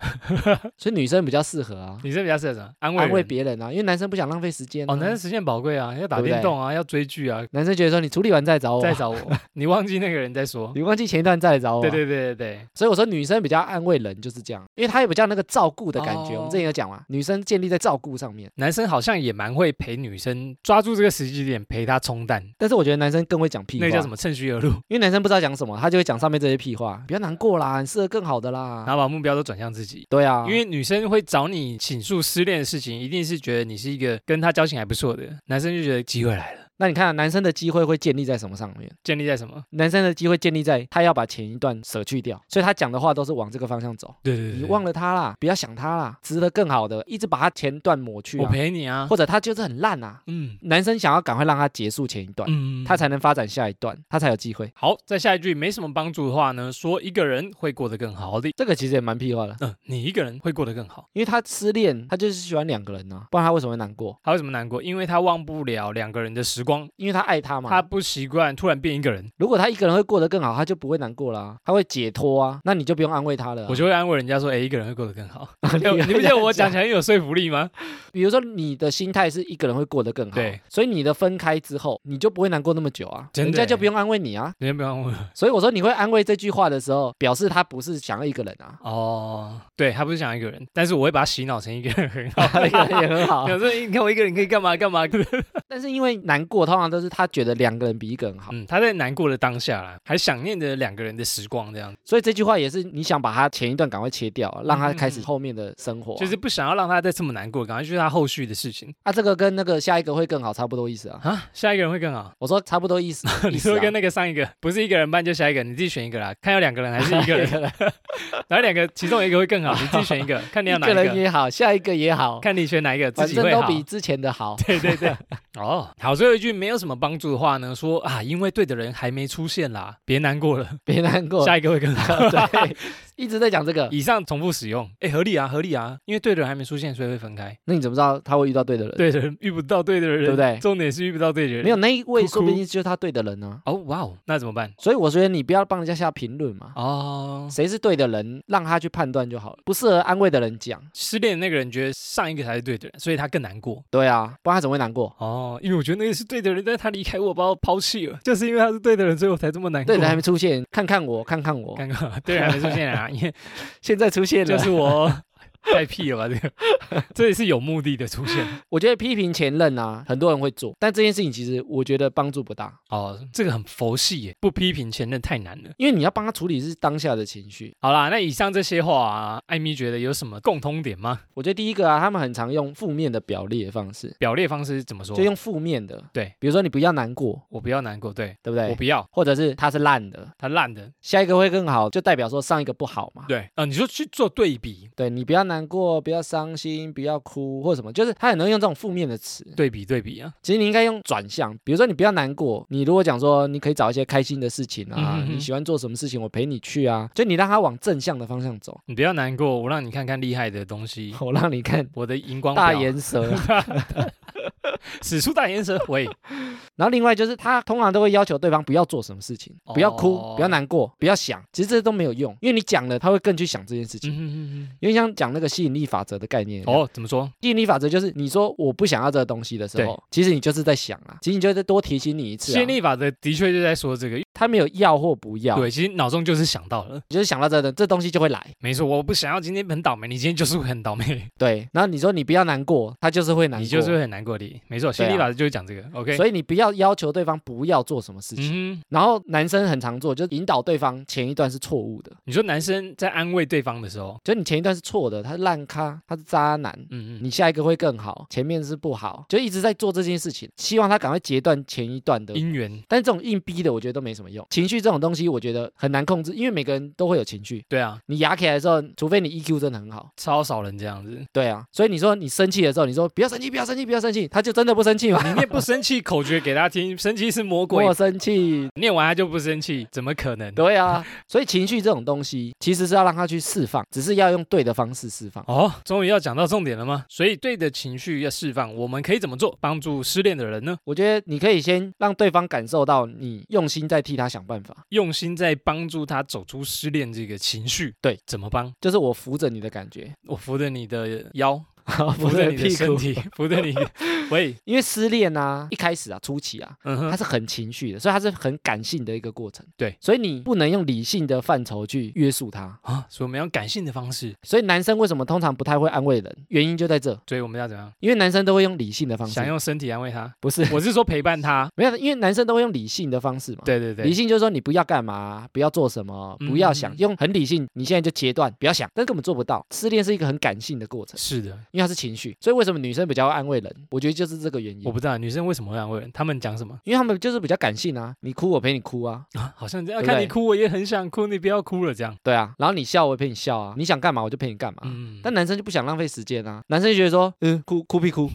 所以女生比较适合啊，
女生比较适合什么？安慰
安慰
人
别人啊，因为男生不想浪费时间、啊。
哦，男生时间宝贵啊，要打
对不对
电动啊，要追剧啊，
男生觉得说你处理完再找我，
再找我，你忘记那个人再说。
你忘记前一段再来找我、啊
对。对对对对，
所以我说女生比较安慰人就是这样，因为她有比较那个照顾的感觉。
哦
我们之前有讲嘛，女生建立在照顾上面，
男生好像也蛮会陪女生抓住这个时机点，陪她冲淡，
但是我觉得男生更会讲屁话，
那个叫什么趁虚而入，
因为男生不知道讲什么，他就会讲上面这些屁话，不要难过啦，你适合更好的啦。
然后把目标都转向自己。
对啊，
因为女生会找你倾诉失恋的事情，一定是觉得你是一个跟她交情还不错的，男生就觉得机会来了，
那你看啊、男生的机会会建立在什么上面？
建立在什么？
男生的机会建立在他要把前一段舍去掉，所以他讲的话都是往这个方向走。
对对
你忘了他啦，不要想他啦，值得更好的，一直把他前段抹去、
我
啊，
陪你啊，
或者他就是很烂啊。
嗯
男生想要赶快让他结束前一段，
嗯，
他才能发展下一段，他才有机会。
好。再下一句没什么帮助的话呢，说一个人会过得更好的，
这个其实也蛮屁话的，
嗯，你一个人会过得更好。
因为他失恋，他就是喜欢两个人呐、不然他为什么会难过？
他为什么难过？因为他忘不了两个人的时光，
因为他爱他嘛。
他不习惯突然变一个人。
如果他一个人会过得更好，他就不会难过啦、他会解脱啊，那你就不用安慰他了啊、哦
我就会安慰人家说：“哎，一个人会过得更 好。
你
哎”你不觉得我讲
讲
起来很有说服力吗？
比如说你的心态是一个人会过得更好，
对，
所以你的分开之后，你就不会难过那么久啊，
真的
人家
欸
就不用安慰你啊。
你不要问我，
所以我说你会安慰这句话的时候，表示他不是想要一个人啊
哦，对他不是想一个人，但是我会把他洗脑成一个人很好。
一个人也很好。
有时候你看我一个人可以干嘛干 嘛，
但是因为难过，通常都是他觉得两个人比一个人好，
嗯，他在难过的当下啦，还想念着两个人的时光，这样子，
所以这句话也是你想把他前一段赶快切掉啊，让他开始后面的生活
嗯
啊。
就是不想要让他再这么难过，赶快去他后续的事情
啊，这个跟那个下一个会更好差不多意思啊。
啊，下一个人会更好。
我说差不多 意思，
你
意思
说
啊
跟那个上一个不是一个人办就下一个，你自己选一个啦，看要两个人还是一个 人，
人，
然后两个其中有一个会更好，你自己选一个，看你要
一
哪一
个人
个，
也好，下一个也好，
看你选哪一个，
反
自己
正
会
都
好。
比之前的好。
对对对，哦，好，最后一句没有什么帮助的话呢，说啊，因为对的人还没出现啦，别难过了，
别难过，
下一个会更好。
对，一直在讲这个。
以上重复使用，哎，合理啊，合理啊，因为对的人还没出现，所以会分开。
那你怎么知道他会遇到对的人？
对的人遇不到对的人，
对不对
重点是遇不到对的人。
没有那一位，
哭哭
说不定就是他对的人呢、
哦，哇哦，那怎么办？
所以我觉得你不要帮人家下评论嘛，
哦，
谁是对的人，让他去判断就好了。不适合安慰的人讲，
失恋的那个人觉得上一个才是对的人，所以他更难过。
对啊，不然他怎么会难过？
哦，因为我觉得那个是对的人，但是他离开我，把我抛弃了，就是因为他是对的人，所以我才这么难过。
对的人还没出现，看看我，看看 我，
尴尬，对的人还没出现啊，因为
现在出现
就
了。
是我 太屁了吧？这个，这也是有目的的出现。
我觉得批评前任啊，很多人会做，但这件事情其实我觉得帮助不大，
哦，这个很佛系耶，不批评前任太难了。
因为你要帮他处理是当下的情绪。
好啦，那以上这些话啊，艾米觉得有什么共通点吗？
我觉得第一个啊，他们很常用负面的表列方式，
表列方式是怎么说
就？用负面的，
对，
比如说你不要难过，
我不要难过，对
对不对
我？不要
或者是他是烂的，
他烂的，
下一个会更好，就代表说上一个不好嘛。
对，啊，你说去做对比，
对你不要难过，不要伤心，不要哭或什么，就是他很能用这种负面的词。
对比对比啊，
其实你应该用转向，比如说你不要难过，你如果讲说你可以找一些开心的事情啊，
嗯哼哼
你喜欢做什么事情，我陪你去啊，就你让他往正向的方向走。
你不要难过，我让你看看厉害的东西，
我让你看
我的荧光
大
表
眼蛇。啊
使出大眼神， 喂，
然后另外就是他通常都会要求对方不要做什么事情，不要哭，
哦
不要难过，不要想，其实这都没有用，因为你讲了他会更去想这件事情。
嗯哼哼哼
因为像讲那个吸引力法则的概念一样，
哦，怎么说？
吸引力法则就是你说我不想要这个东西的时
对
候，其实你就是在想啊，其实你就是多提醒你一次、啊。
吸引力法则的确就在说这个，
他没有要或不要，
对，其实脑中就是想到了，
你就是想到这个这东西就会来。
没错，我不想要今天很倒霉，你今天就是会很倒霉，
对，然后你说你不要难过，他就是会难过。
你就是会很难过的，没错，吸引力
对啊
法则就是讲这个，OK，
所以你不要要求对方不要做什么事情。
嗯哼，
然后男生很常做，就是引导对方前一段是错误的，
你说男生在安慰对方的时候，
就你前一段是错的，他是烂咖，他是渣男。
嗯嗯，
你下一个会更好，前面是不好，就一直在做这件事情，希望他赶快截断前一段的
姻缘，
但是这种硬逼的，我觉得都没什么用。情绪这种东西，我觉得很难控制，因为每个人都会有情绪。
对啊，
你压起来的时候，除非你 EQ 真的很好，
超少人这样子，
对啊。所以你说你生气的时候，你说不要生气，不要生气，不要生气，他就真的不生气嘛？
你念不生气口诀给大家听，生气是魔 鬼
我，生气，
念完他就不生气，怎么可能？
对啊。所以情绪这种东西，其实是要让他去释放，只是要用对的方式释放。
哦，终于要讲到重点了吗？所以对的情绪要释放，我们可以怎么做帮助失恋的人呢？
我觉得你可以先让对方感受到你用心在替他想办法，
用心在帮助他走出失恋这个情绪。
对，
怎么帮？
就是我扶着你的感觉，
我扶着你的腰，
扶
扶着你的
屁
身
股。
体，扶着你。 喂，
因为失恋啊，一开始啊，初期啊，
嗯
它
哼，
是很情绪的，所以它是很感性的一个过程。
对，
所以你不能用理性的范畴去约束它。
啊，所以我们要感性的方式，
所以男生为什么通常不太会安慰人？原因就在这，
所以我们要怎么样？
因为男生都会用理性的方式，
想用身体安慰他？
不是
我是说陪伴 他。
没有，因为男生都会用理性的方式嘛。。
对对对
啊理，性就是说你不要干嘛，不要做什么，
嗯
不要想，用很理性，你现在就截断，不要想，但根本做不到。失恋是一个很感性的过程，
是的，
因因为它是情绪。所以为什么女生比较会安慰人？我觉得就是这个原因
我。不知道女生为什么会安慰人，他们讲什么
因为他们就是比较感性啊，你哭我陪你哭啊，
啊？好像这样，
对不对
看你哭我也很想哭，你不要哭了这样。
对啊，然后你笑我也陪你笑啊，你想干嘛我就陪你干嘛。
嗯，
但男生就不想浪费时间啊，男生就觉得说，嗯，哭哭屁哭，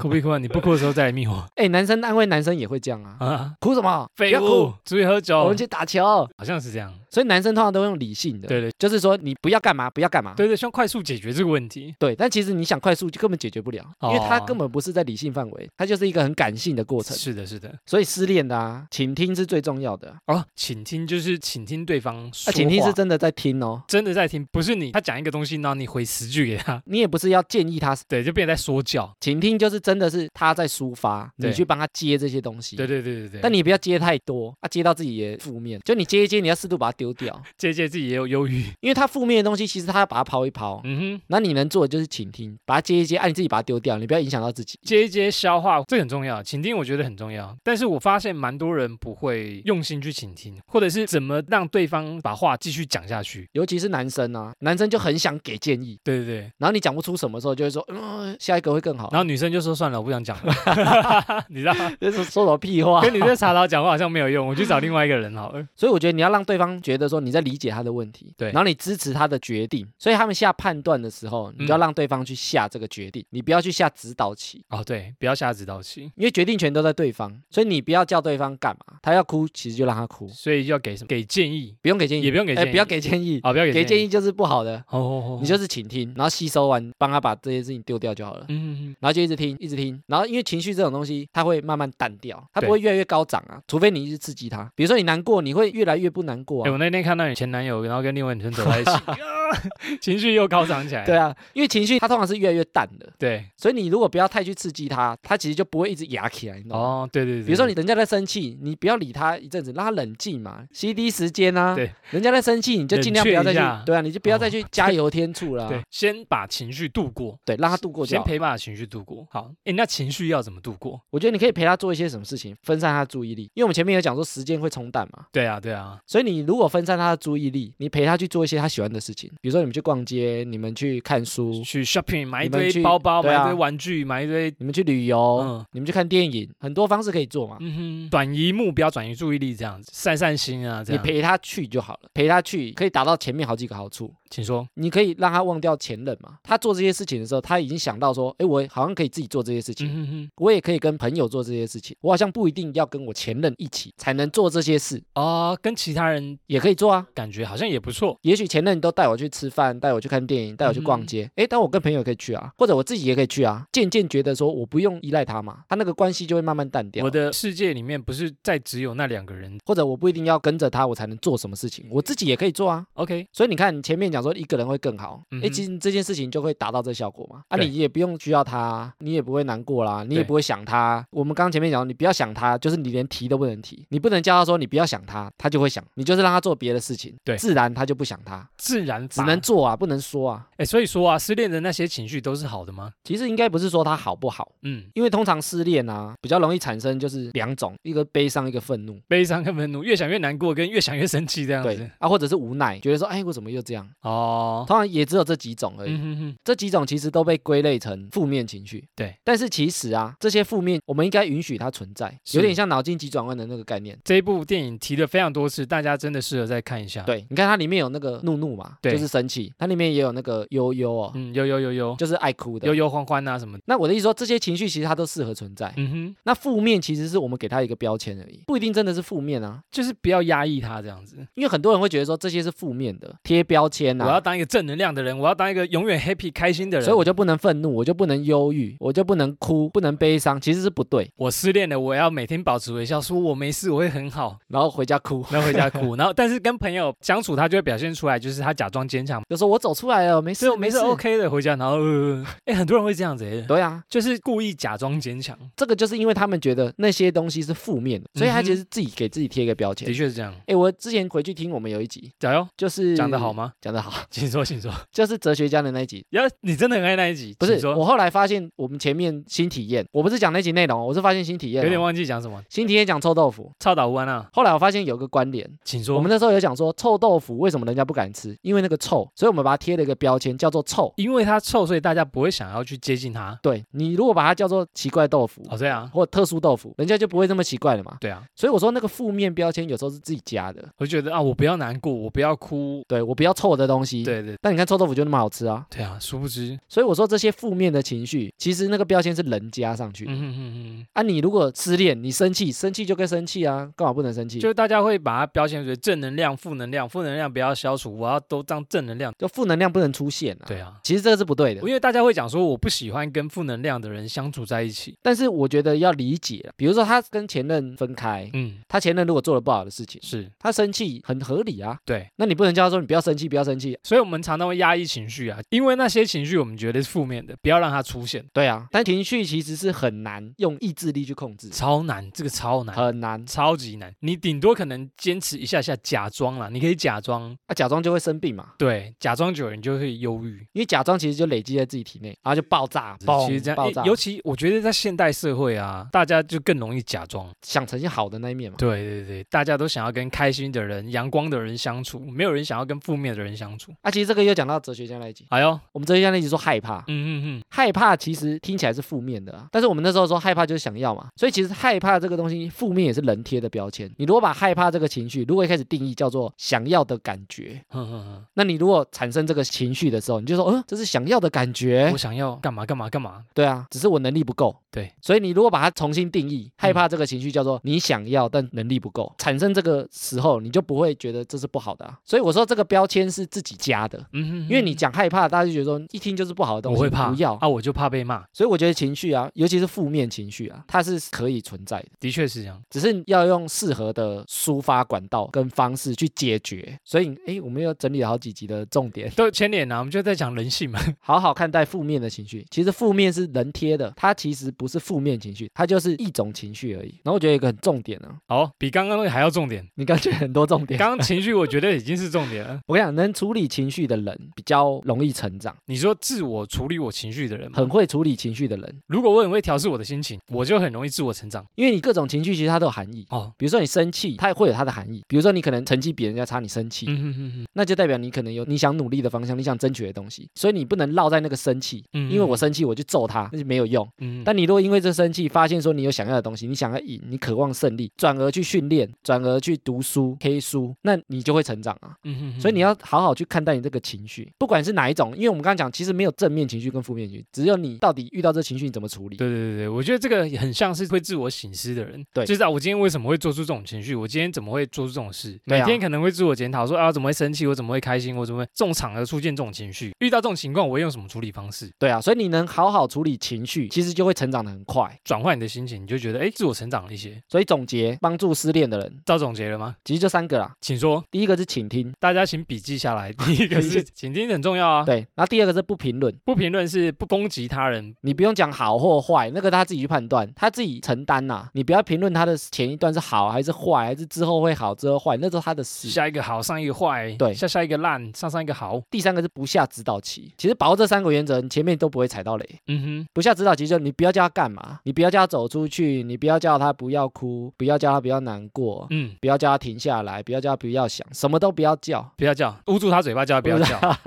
哭不哭啊？你不哭的时候再来密我
哎、男生安慰男生也会这样 啊，
啊！
哭什么？不
废
要
物哦
哭，，
出去喝
我
酒
们，去打球。
好像是这样。
所以男生通常都用理性的，
对对
就是说你不要干嘛，不要干嘛。
对对，希望快速解决这个问题。
对，但其实你想快速就根本解决不了，因为他
哦
根本不是在理性范围，他就是一个很感性的过程。
是的，是的。
所以失恋的啊，倾听是最重要的啊，
哦，倾听就是倾听对方说话，
倾啊听是真的在听哦，
真的在听，不是你他讲一个东西，然后你回十句给他，
你也不是要建议他，
对，就变成在说教。
倾听就是真的是他在抒发，你
对
去帮他接这些东西。
对对对对对。
但你不要接太多啊，接到自己也负面。就你接一接，你要适度把它丢 掉，
姐姐自己也有忧郁，
因为它负面的东西，其实它要把它抛一抛。
嗯哼，
那你能做的就是倾听，把它接一接，啊，你自己把它丢掉，你不要影响到自己。
接一接消化，这个很重要。倾听我觉得很重要，但是我发现蛮多人不会用心去倾听，或者是怎么让对方把话继续讲下去。
尤其是男生啊，男生就很想给建议，
对对对，
然后你讲不出什么时候，就会说，嗯，下一个会更好
然。后女生就说算了，我不想讲了， 你知道吗？
这是说什么屁话？
跟你在茶岛讲话好像没有用，我去找另外一个人好了。
所以我觉得你要让对方觉得说你在理解他的问题，
对
然后你支持他的决定。所以他们下判断的时候，
嗯
你就要让对方去下这个决定，你不要去下指导棋，
哦，对，不要下指导棋，
因为决定权都在对方。所以你不要叫对方干嘛，他要哭其实就让他哭，
所以要给什么？给建议，
不用给建议，
也不用给
哎
建议，
不要给建议，
啊，不要
给
给
建
议。
议就是不好的，
哦哦哦，
你就是倾听，然后吸收完，帮他把这些事情丢掉就好了。
嗯，嗯嗯
然后就一直听，一直听，然后因为情绪这种东西，它会慢慢淡掉，它
对
不会越来越高涨啊，除非你一直刺激它。比如说你难过，你会越来越不难过
哎，
啊。
我那天看到你前男友，然后跟另外女生走在一起，啊 情绪又高涨起来。
对啊，因为情绪它通常是越来越淡的，
对，
所以你如果不要太去刺激它，它其实就不会一直压起来，你懂吗？
哦，对对对，
比如说你人家在生气，你不要理他一阵子，让他冷静嘛，CD 时间啊。
对，
人家在生气，你就尽量不要再去
冷却一下，哦
对啊，你就不要再去加油添醋啦。
对，先把情绪度过，
对，让他度过就
先
好。
陪伴情绪度过。好，哎，那情绪要怎么度过？
我觉得你可以陪他做一些什么事情，分散他的注意力，因为我们前面有讲说时间会冲淡嘛，
对啊，对啊，
所以你如果分散他的注意力，你陪他去做一些他喜欢的事情，比如说你们去逛街，你们去看书，
去 shopping 买一
嗯你们去
堆包包，
对
买
啊
一堆玩具，买一堆，
你们去旅游，
嗯
你们去看电影，很多方式可以做嘛。
嗯哼，转移目标，转移注意力，这样子散散心啊，这
你
样。
陪他去就好了，陪他去可以达到前面好几个好处。
请说，
你可以让他忘掉前任嘛，他做这些事情的时候，他已经想到说，哎，我好像可以自己做这些事
嗯
情，
哼哼，
我也可以跟朋友做这些事情，我好像不一定要跟我前任一起才能做这些事，
哦，跟其他人
也可以做啊。
感觉好像也不错。
也许前任都带我去吃饭，带我去看电影，带我去逛
嗯
街，诶，但我跟朋友也可以去啊，或者我自己也可以去啊。渐渐觉得说我不用依赖他嘛，他那个关系就会慢慢淡掉。
我的世界里面不是在只有那两个人。
或者我不一定要跟着他，我才能做什么事情，我自己也可以做啊。
OK，
所以你看，你前面讲说一个人会更好，
嗯
诶，
哼
其实这件事情就会达到这效果嘛。啊，
对
你也不用需要他，你也不会难过啦，你也
对
不会想他。我们刚刚前面讲，你不要想他，就是你连提都不能提，你不能叫他说你不要想他，他就会想，你就是让他做别的事情，
对
自然他就不想他，
自然
只
把
能做啊，不能说啊。
哎，所以说啊，失恋的那些情绪都是好的吗？
其实应该不是说他好不好，
嗯，
因为通常失恋啊，比较容易产生就是两种，一个悲伤，一个愤怒，
悲伤跟愤怒，越想越难过，跟越想越生气这样
对
子。
啊，或者是无奈，觉得说，哎，我怎么又这样？
哦，
通常也只有这几种而已，
嗯哼哼，
这几种其实都被归类成负面情绪。
对，
但是其实啊，这些负面我们应该允许它存在，
是
有点像脑筋急转弯的那个概念。
这一部电影提了非常多次，大家真的适合再看一下。，
对，你看它里面有那个怒怒嘛，
对
就是生气，它里面也有那个悠悠哦，
嗯，有有有有
就是爱哭
有
的。
有欢欢啊什么的，
那我的意思说，这些情绪其实它都适合存在。
嗯哼，
那负面其实是我们给它一个标签而已，不一定真的是负面啊。
就是不要压抑它这样子。
因为很多人会觉得说这些是负面的，贴标签
我要
啊，
当一个正能量的人，我要当一个永远 happy 开心的人。
所以我就不能愤怒，我就不能忧郁，我就不能哭，不能悲伤，其实是不对。
我失恋了，我要每天保持微笑，说我没事，我会很好，
然后回家哭，
然后回家 哭。然后但是跟朋友相处，他就会表现出来，就是他假装坚强，
就说我走出来了，没
所以
事，
我没
没
事
事。
OK 的回家，然后呃，哎、很多人会这样子、欸，
对啊，
就是故意假装坚强，
这个就是因为他们觉得那些东西是负面的，所以他
嗯哼
其实自己给自己贴一个标签
嗯的。确是这样。
哎、我之前回去听我们有一集，
加油，
就是
讲得好吗？
讲得好，
请说，请说。
就是哲学家的那一集。
要你真的很爱那一集，
不
请
是，
说
我后来发现我们前面新体验，我不是讲那集内容，我是发现新体验哦、
有点忘记讲什么，
新体验讲臭豆腐。
超岛湾啊，
后来我发现有个关联，
请
我
说
们。那时候有讲说臭豆腐为什么人家不敢吃，因为那个臭，所以我们把它贴了一个标签叫做臭。
因为它臭，所以大家不会想要去接近它。
对你如果把它叫做奇怪豆腐
哦，这样啊，
或特殊豆腐，人家就不会这么奇怪了嘛。
对啊，
所以我说那个负面标签有时候是自己加的，
我就觉得啊，我不要难过，我不要哭。
对我不要臭的东西。。
对对
但你看臭豆腐就那么好吃啊，
对啊，殊不知，
所以我说这些负面的情绪，其实那个标签是人加上去的
嗯哼哼哼，
啊。你如果失恋，你生气，生气就该生气啊，干嘛不能生气？
就是大家会把它标签为正能量、负能量，负能量不要消除，我要都当正能量。
就负能量不能出现啊。，
对啊，
其实这个是不对的
因。为大家会讲说我不喜欢跟负能量的人相处在一起。
但是我觉得要理解啊，比如说他跟前任分开，
嗯，
他前任如果做了不好的事情，
是
他生气很合理啊。
对，
那你不能叫他说你不要生气，不要生气。
所以我们常常会压抑情绪啊，因为那些情绪我们觉得是负面的，不要让它出现，
对啊，但情绪其实是很难用意志力去控制，
超难，这个超难。
很难
超级难，你顶多可能坚持一下下，假装啦，你可以假装，
啊。假装就会生病嘛，
对，假装久了你就会忧郁，
因为假装其实就累积在自己体内，然后就爆炸，
其实这样，
嘣，爆
诶
炸，
尤其我觉得在现代社会啊，大家就更容易假装。
想呈现好的那一面嘛。
对对对，大家都想要跟开心的人、阳光的人相处，没有人想要跟负面的人相处。
啊，其实这个又讲到哲学家那一集，
哎呦，
我们哲学家那一集说害怕，
嗯嗯嗯，
害怕其实听起来是负面的、啊，但是我们那时候说害怕就是想要嘛，所以其实害怕这个东西负面也是人贴的标签。你如果把害怕这个情绪，如果一开始定义叫做想要的感觉，
哼哼
那你如果产生这个情绪的时候，你就说，嗯，这是想要的感
哼，
觉
我，想要干嘛干嘛干嘛，
对啊，只是我能力不够。
对，嗯
所以你如果把它重新定义，害怕这个情绪叫做你想要但能力不够，产生这个时候你就不会觉得这是不好的、啊。所以我说这个标签是自己加的，
嗯哼哼，
因为你讲害怕，大家就觉得说一听就是不好的东
我
西，
会怕，
不要
啊，我就怕被骂，
所以我觉得情绪啊，尤其是负面情绪啊，它是可以存在的，
的确是这样。
只是要用适合的抒发管道跟方式去解决。所以，诶，我们又整理了好几集的重点，
都牵连啊，我们就在讲人性嘛。
好好看待负面的情绪。其实负面是人贴的，它其实不是负面情绪，它就是一种情绪而已。然后我觉得有一个很重点啊，
好，比刚刚那个还要重 点。
你感觉很多重点。
刚刚情绪我觉得已经是重点了。
我跟你讲，能处理情绪的人比较容易成长，
你说自我处理我情绪的人吗，
很会处理情绪的人，
如果我很会调试我的心情，我就很容易自我成长。
因为你各种情绪其实它都有含义。
哦，
比如说你生气，它也会有它的含义。比如说你可能成绩比人家差，你生气，
嗯哼哼哼，
那就代表你可能有你想努力的方向，你想争取的东西，所以你不能落在那个生气，
嗯
因为我生气我就揍他，那就没有用。
嗯，
但你如果因为这生气，发现说你有想要的东西，你想要赢，你渴望胜利，转而去训练，转而去读书、K 书，那你就会成长啊。
嗯哼哼
所以你要好好去看待你这个情绪，不管是哪一种，因为我们刚刚讲，其实没有正面情绪跟负面情绪，只有你到底遇到这情绪你怎么处理。
对对对对，我觉得这个很像是会自我省思的人，
对
就是啊，我今天为什么会做出这种情绪？我今天怎么会做出这种事？
对
每
啊
天可能会自我检讨说啊，我怎么会生气？我怎么会开心？我怎么会这种场合出现这种情绪？遇到这种情况，我会用什么处理方式？
对啊，所以你能好好处理情绪，其实就会成长的很快。
转换你的心情，你就觉得哎，自我成长了一些。
所以总结帮助失恋的人，
到总结了吗？
其实就三个啦。
请说，
第一个是倾听，
大家请笔记下来。 第一个 是倾听很重要啊，
对，然后第二个是不评论。
不评论是不攻击他人，
你不用讲好或坏，那个他自己去判断，他自己承担呐、你不要评论他的前一段是好还是坏，还是之后会好之后坏，那都是他的事。
下一个好，上一个坏，
对
下下一个烂，上上一个好。
第三个是不下指导棋，其实把握这三个原则，你前面都不会踩到雷。
嗯
不下指导棋就是你不要叫他干嘛，你不要叫他走出去，你不要叫他不要哭，不要叫他不要难过
哼，，嗯，
不要叫他停下来，不要叫他不要想，什么都不要叫，
不要叫，捂住他嘴巴叫他不要
捂住
叫，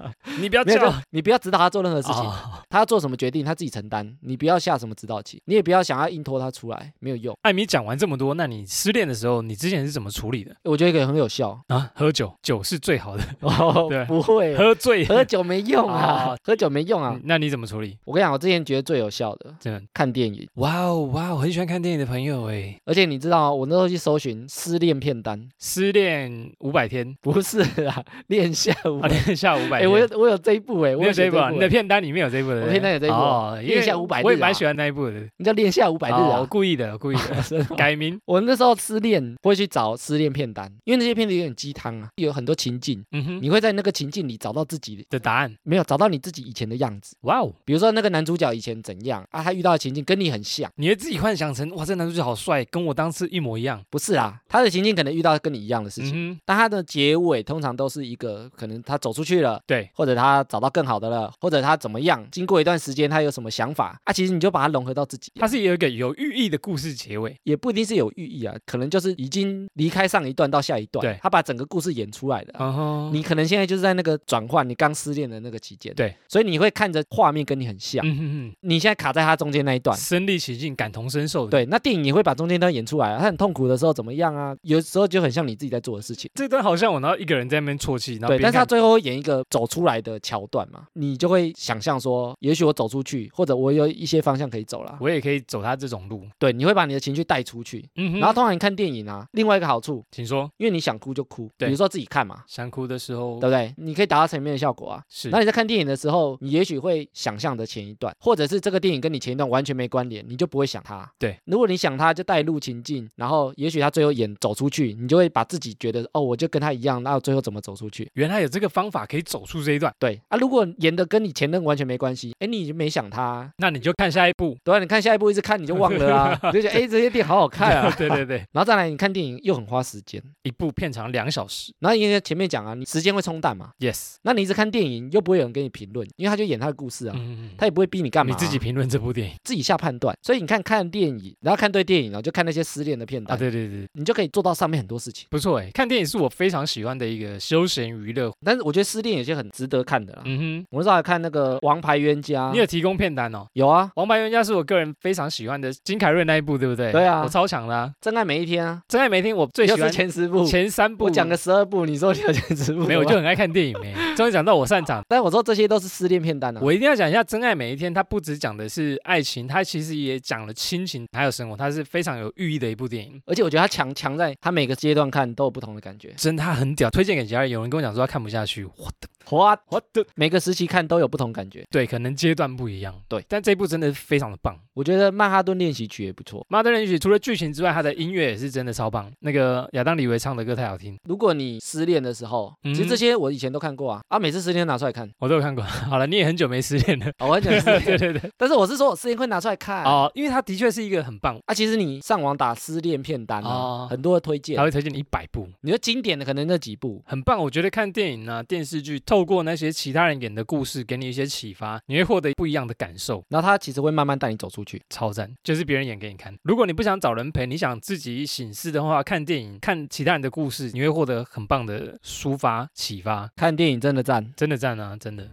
你不要
没有
叫
就。你不要指导他做任何事情，
哦
他要做什么决定他自己承担，你不要下什么指导棋，你也不要想要硬拖他出来，没有用。
艾米讲完这么多，那你失恋的时候，你之前是怎么处理的
我觉得一个很有效，
啊？喝酒，酒是最好的，
哦
对，
不会，
喝醉。
喝酒没用啊
哦，
喝酒没用啊
嗯。那你怎么处理？
我跟你讲，我之前觉得最有效的
真的，
看电影，
哇哦哇哦，很喜欢看电影的朋友哎，
而且你知道吗，我那时候去搜寻失恋 片单，
失恋五百天，
不是啊，恋夏五
啊，
百，
恋下五百
哎、
天。
我有我有这一部哎、我
你有这
写
一部啊？
欸
你的片单里面有这一部的，对不对
我片单有这一部
哦，因为
恋下500
我也
日啊
蛮喜欢那一部的。
你叫恋夏五百日
哦我
啊。
故意的，我故意的，
真的
改名。
我那时候失恋会去找失恋片单，因为那些片子有点鸡汤啊，有很多情境，
嗯哼，
你会在那个情境里找到自己，
的答案，
没有找到你自己以前的样子。
哇哦！
比如说那个男主角以前怎样啊，他遇到的情境跟你很像，
你会自己幻想成哇，这男主角好帅，跟我当时一模一样。
啊不是啦，他的情境可能遇到跟你一样的事情，
嗯哼，
但它的结尾通常都是一个可可能他走出去了。
对，
或者他找到更好的了，或者他怎么样，经过一段时间他有什么想法啊？其实你就把它融合到自己，
它是有一个有寓意的故事结尾。
也不一定是有寓意啊，可能就是已经离开上一段到下一段，
对
他把整个故事演出来了啊。
哦
你可能现在就是在那个转换，你刚失恋的那个期间，
对，
所以你会看着画面跟你很像，
嗯哼
你现在卡在他中间那一段
哼，，身临其境，感同身受的。，
对，那电影也会把中间那段演出来啊，他很痛苦的时候怎么样啊？有时候就很像你自己在做的事情，
这段好像我然后一个人在那边啜泣，然后
对，
边
但是他
看
最后会演一个走出来的桥段嘛，你就会想象说，也许我走出去，或者我有一些方向可以走啦。
我也可以走他这种路。
对，你会把你的情绪带出去。
嗯哼，
然后通常你看电影啊，另外一个好处，
请说，
因为你想哭就哭，比
对
如说自己看嘛，
想哭的时候
对不对？你可以达到层面的效果啊。
是
然后你在看电影的时候，你也许会想象的前一段，或者是这个电影跟你前一段完全没关联，你就不会想它。
对，
如果你想它，就带入情境，然后也许他最后演走出去，你就会把自己觉得哦，我就跟他一样，那最后怎么走出去？
原来有这个方法可以走出这一段，
对啊，如果演的跟你前任完全没关系，哎，你已经没想他、
那你就看下一步。
对啊，你看下一部一直看你就忘 了啊，你就觉得哎，诶这些电影好好看啊。
对对对，
然后再来，你看电影又很花时间，
一部片长两小时
然后因为前面讲啊，你时间会冲淡嘛，
，yes，
那你一直看电影又不会有人跟你评论，因为他就演他的故事啊，
嗯，
他也不会逼你干
你
嘛啊、
自己评论这部电影
自己下判断。所以你看看电影，然后看对电影，然后啊就看那些失恋的片
啊，
段，
对对对，
你就可以做到上面很多事情。
不错哎，看电影是我非常喜欢的一个休闲娱乐。
但是我觉得失恋有些很值得看的啦。
嗯
我那时候还看那个《王牌冤家
哼，你》，有提供片单哦。
有啊，
《王牌冤家》是我个人非常喜欢的金凯瑞那一部，对不对？
对啊
我超强的、啊。
《真爱每一天》啊，
真爱每天我最喜
又是
欢
前十部。
前三部，
我讲个十二部，你说你有前十部
没有，我
吗
就很爱看电影诶、终于讲到我擅长。
但我说这些都是失恋片单啊。
我一定要讲一下《真爱每一天》，它不只讲的是爱情，它其实也讲了亲情还有生活，它是非常有寓意的一部电影。
而且我觉得他强强在，他每个阶段看都有不同的感觉。
真的，它很屌，推荐给其他人。有人跟我讲说他看不下去，我的
哇，
我的，
每个时期看都有不同感觉。
对，可能阶段不一样。
对
但这部真的非常的棒。
我觉得《曼哈顿练习曲》也不错。
《妈的人曲》除了剧情之外，它的音乐也是真的超棒。那个亚当李维唱的歌太好听，
如果你失恋的时候，
嗯
其实这些我以前都看过啊，啊，每次失恋都拿出来看，
我都有看过。 好了，你也很久没失恋了。
啊、我很想失
对
恋，
对 对，
但是我是说我失恋会拿出来看。
哦，因为它的确是一个很棒，
啊，其实你上网打失恋片单啊，
哦
很多的推荐
它，会推荐你一百部。
你说经典的可能那几部，
很棒，我觉得看电影啊、电视剧，透过那些其他人演的故事，给你一些启发，你会获得不一样的感受，
然后他其实会慢慢带你走出去。
超赞！就是别人演给你看。如果你不想找人陪，你想自己醒思的话，看电影、看其他人的故事，你会获得很棒的抒发、启发，
看电影真的赞，
真的赞啊！真的，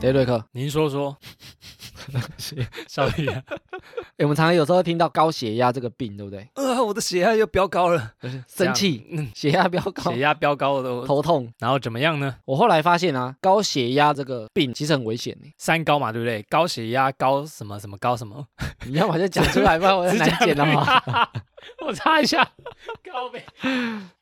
雷瑞克，
您说 说，小雨、啊，
诶我们常常有时候会听到高血压这个病，对不对？
呃，我的血压又飙高了，
生气，
嗯，
血压飙高
血，压飙高了，
头痛。
然后怎么样呢？
我后来发现啊，高血压这个病其实很危险欸
三高嘛，对不对？高血压、高什么什么高什么，
你要把这讲出 来，不然我很难剪哦了嘛。
嘛。 我擦一下，高呗。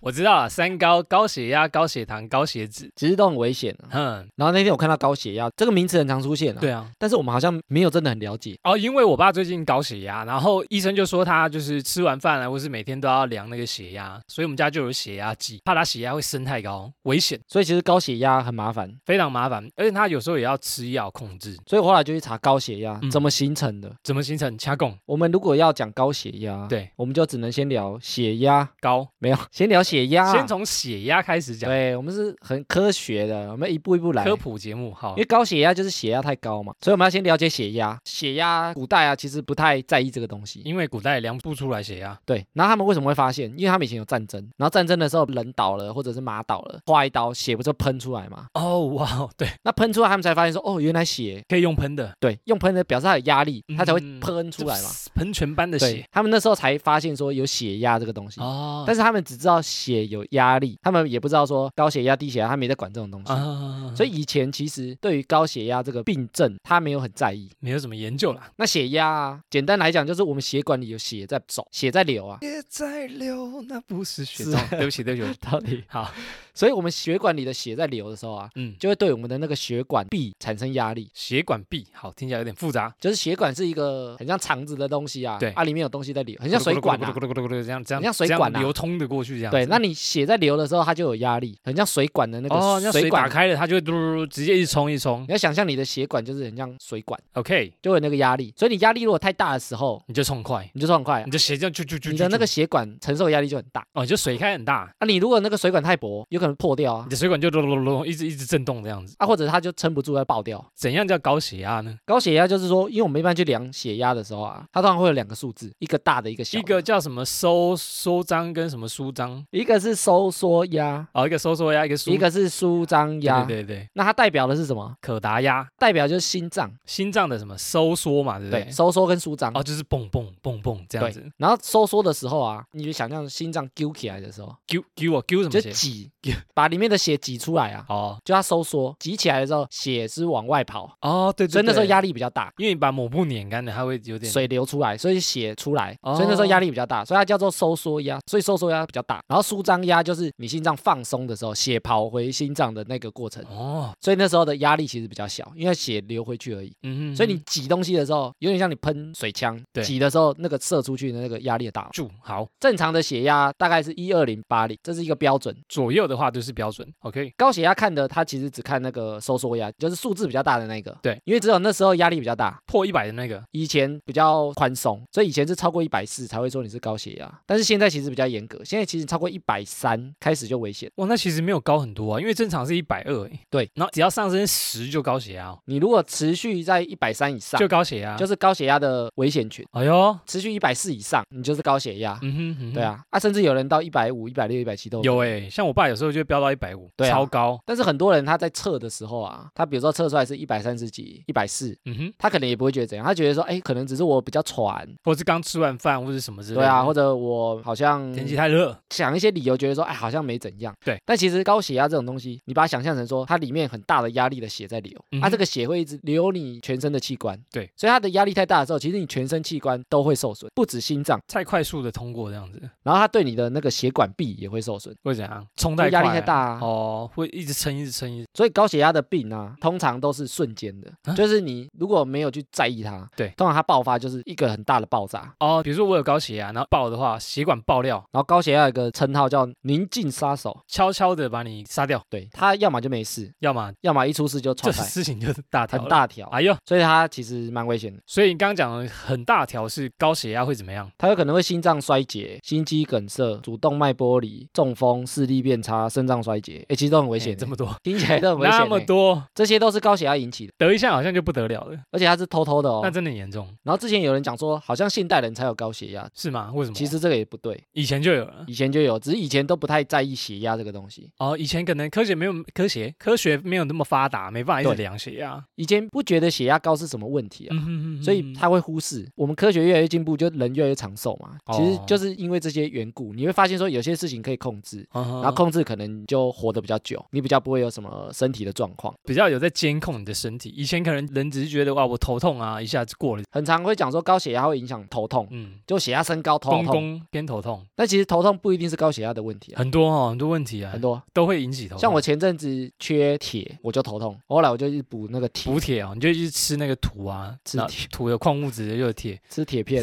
我知道了，三高：高血压、高血糖、高血脂。
其实都很危险、啊。
嗯，
然后那天我看到高血压这个名词很常出现啊，
对啊。
但是我们好像没有真的很了解。
哦，因为我爸最近高血压，然后医生就说他就是吃完饭啊，或是每天都要量那个血压，所以我们家就有血压计，怕他血压会升太高，危险，
所以其实高血压很麻烦，
非常麻烦。而且他有时候也要吃药控制。
所以我后来就去查高血压
嗯
怎么形成的。
怎么形成掐供？
我们如果要讲高血压，
对，
我们就只能先聊血压，
高，
没有，先聊血压啊，
先从血压开始讲。
对，我们是很科学的，我们一步一步来。
科普节目好
因为，高血压就是血压太高嘛，所以我们要先了解血压。血压古代啊，其实不太在意这个东西。
因为古代量不出来血压，
对，然后他们为什么会发现？因为他们以前有战争，然后战争的时候人倒了或者是马倒了，划一刀血不就喷出来嘛？
哦哇，对，
那喷出来，他们才发现说，哦，原来血
可以用喷的，
对，用喷的表示它有压力，它才会
嗯
喷出来嘛。，
喷泉般的血
对，他们那时候才发现说有血压这个东西，
哦
但是他们只知道血有压力，他们也不知道说高血压、低血压，他没在管这种东西。
啊，
所
以
以以前其实对于高血压这个病症，他没有很在意。
没有什么研究啦。
那血压啊，简单来讲就是我们血管里有血在走，血在流啊。
也在流，那不是血
是
对不起，对不起，
到底
好，
所以我们血管里的血在流的时候啊，
嗯，
就会对我们的那个血管壁产生压力。
血管壁，好，听起来有点复杂。
就是血管是一个很像肠子的东西啊，
对
啊，里面有东西在流，很
很
像水管
咕噜
啊
咕，噜咕噜咕噜咕噜这样这样，
很像水管
这
啊
样流通的过去这样子。
对，那你血在流的时候，它就有压力，很像水管的那
哦，那
个
水
水管。
打开了，它就会嘟嘟嘟直接一直冲一直冲
你。要想象你的血管就是很像水管，
OK，
就有那个压力，所以你压力如果太大的时候，
你就冲快，
你就说很快啊
你，的血这样啾啾啾，
你的那
啾
个
啾
血管承受压力就很大。
哦，你就水开很大，
啊，你如果那个水管太薄，有可能破掉啊
你，的水管就嘟嘟嘟嘟一直一直震动这样子。
啊，或者它就撑不住要爆掉。
怎样叫高血压呢？
高血压就是说，因为我们一般去量血压的时候啊，它通常会有两个数字，一个大的，一个小
一
的。
个叫什么收收张跟什么舒张，
一个是收缩压，
哦，一个收缩压，一个舒
一个是舒张压。
对对对，
那它代表的是什么？
可达压，
代表就是心脏，
心脏的什么收缩嘛，对不
对，收缩跟舒张。
哦，就是蹦蹦蹦蹦这样
对
子，，
然后收缩的时候啊，你就想象心脏揪起来的时候，
揪揪我啊揪什
就
么血？
挤，把里面的血挤出来啊，
哦
就它收缩，挤起来的时候，血是往外跑，
哦，对对，
所以那时候
对，
压力比较大，
因为你把抹布碾干了，它会有点
水流出来，所以血出来，
哦
所以那时候压力比较大，所以它叫做收缩压，所以收缩压比较大。然后舒张压就是你心脏放松的时候，血跑回心脏的那个过程，
哦，
所以那时候的压力其实比较小，因为血流回去而已。
嗯哼，
所以你挤东西的时候，有点像你喷水枪
对，
挤的时候那个射出去的那个压力也大。
住好
正常的血压大概是一二零八零，这是一个标准。
左右的话都是标准，OK，
高血压看的，它其实只看那个收缩压，就是数字比较大的那个。
对，
因为只有那时候压力比较大，
破一百的那个
以前比较宽松，所以以前是超过一百四才会说你是高血压，但是现在其实比较严格，现在其实超过一百三开始就危险。
哇，那其实没有高很多啊，因为正常是一百二，欸
对，
然后只要上升十就高血压哦，
你如果持续在一百三以上，
就高啊血压，
就是高血压的危险群；
哎呦，
持续一百四以上，你就是高血压。
嗯哼，嗯哼
对，啊，啊，甚至有人到一百五、一百六、一百七都
有哎，像我爸有时候就会飙到一百五，
对啊
超高，
但是很多人他在测的时候啊，他比如说测出来是一百三十几、一百四，
嗯哼，
他可能也不会觉得怎样，他觉得说，哎，可能只是我比较喘，
或者是刚吃完饭或者什么之类
对
的，
啊，或者我好像
天气太热，
想一些理由，觉得说，哎，好像没怎样。
对，
但其实高血压这种东西，你把它想象成说，它里面很大的压力的血在流，
嗯
它、
哼
这个血会一直流你全身的器官。
对，
所以它的压力太大的时候，其实你全身器官都会受损，不止心脏，
太快速的通过这样子，
然后它对你的那个血管壁也会受损，
会怎样？冲
因
太
为压力
快
太
啊
大啊。
哦，会一直撑，一直撑，一直
所以高血压的病啊，通常都是瞬间的，
啊
就是你如果没有去在意它，
对
通常它爆发就是一个很大的爆炸。
哦。比如说我有高血压，然后爆的话，血管爆掉，
然后高血压有一个称号叫“宁静杀手
悄悄的把你杀掉，”，
对，它要么就没事，
要么
要么一出事就
这
传开，
事情就是大条
很
了。
大条。
哎呦，
所以它其实蛮危险的，
所以你刚刚讲的很大条是高血压会怎么样？
它有可能会心脏衰竭、心肌梗塞、主动脉剥离、中风、视力变差、肾脏衰竭，哎，其实都很危
危
险欸，
这么多，
听起来都很 危险欸，
那么多，
这些都是高血压引起的，
得一下好像就不得了了，
而且它是偷偷的
那
哦。
真的很严重
然后之前有人讲说，好像现代人才有高血压，
是吗？为什么？嗯
其实这个也不对，
以前就有了。
以前就有，只是以前都不太在意血压这个东西，
哦，以前可能科学没有科学科学没有那么发达，没办法一直
对
量血压，
以前不觉得血压高是什么问题啊。
嗯哼哼哼
所以他会忽视。我们科学越来越进步，就人越来越长寿嘛。
哦
其实就是因为这些缘故，你会发现说有些事情可以控制，
嗯哼
然后控制可能就活得比较久，你比较不会有什么身体的状况。
比较有在监控你的身体。以前可能人只是觉得哇，我头痛啊，一下子过了，
很常会讲说高血压会影响头痛，
嗯，
就血压升高头好
公
痛，
公偏头痛，
但其实头痛不一定是高血压的问题啊，
很多哦，很多问题啊，
很多。
都会引起头痛。
像我前阵子缺铁，我就头痛，后来我就去补那个铁
补，铁哦，你就一直吃那个土啊，
吃
那
铁
土有矿物质，又有铁，
吃铁 片，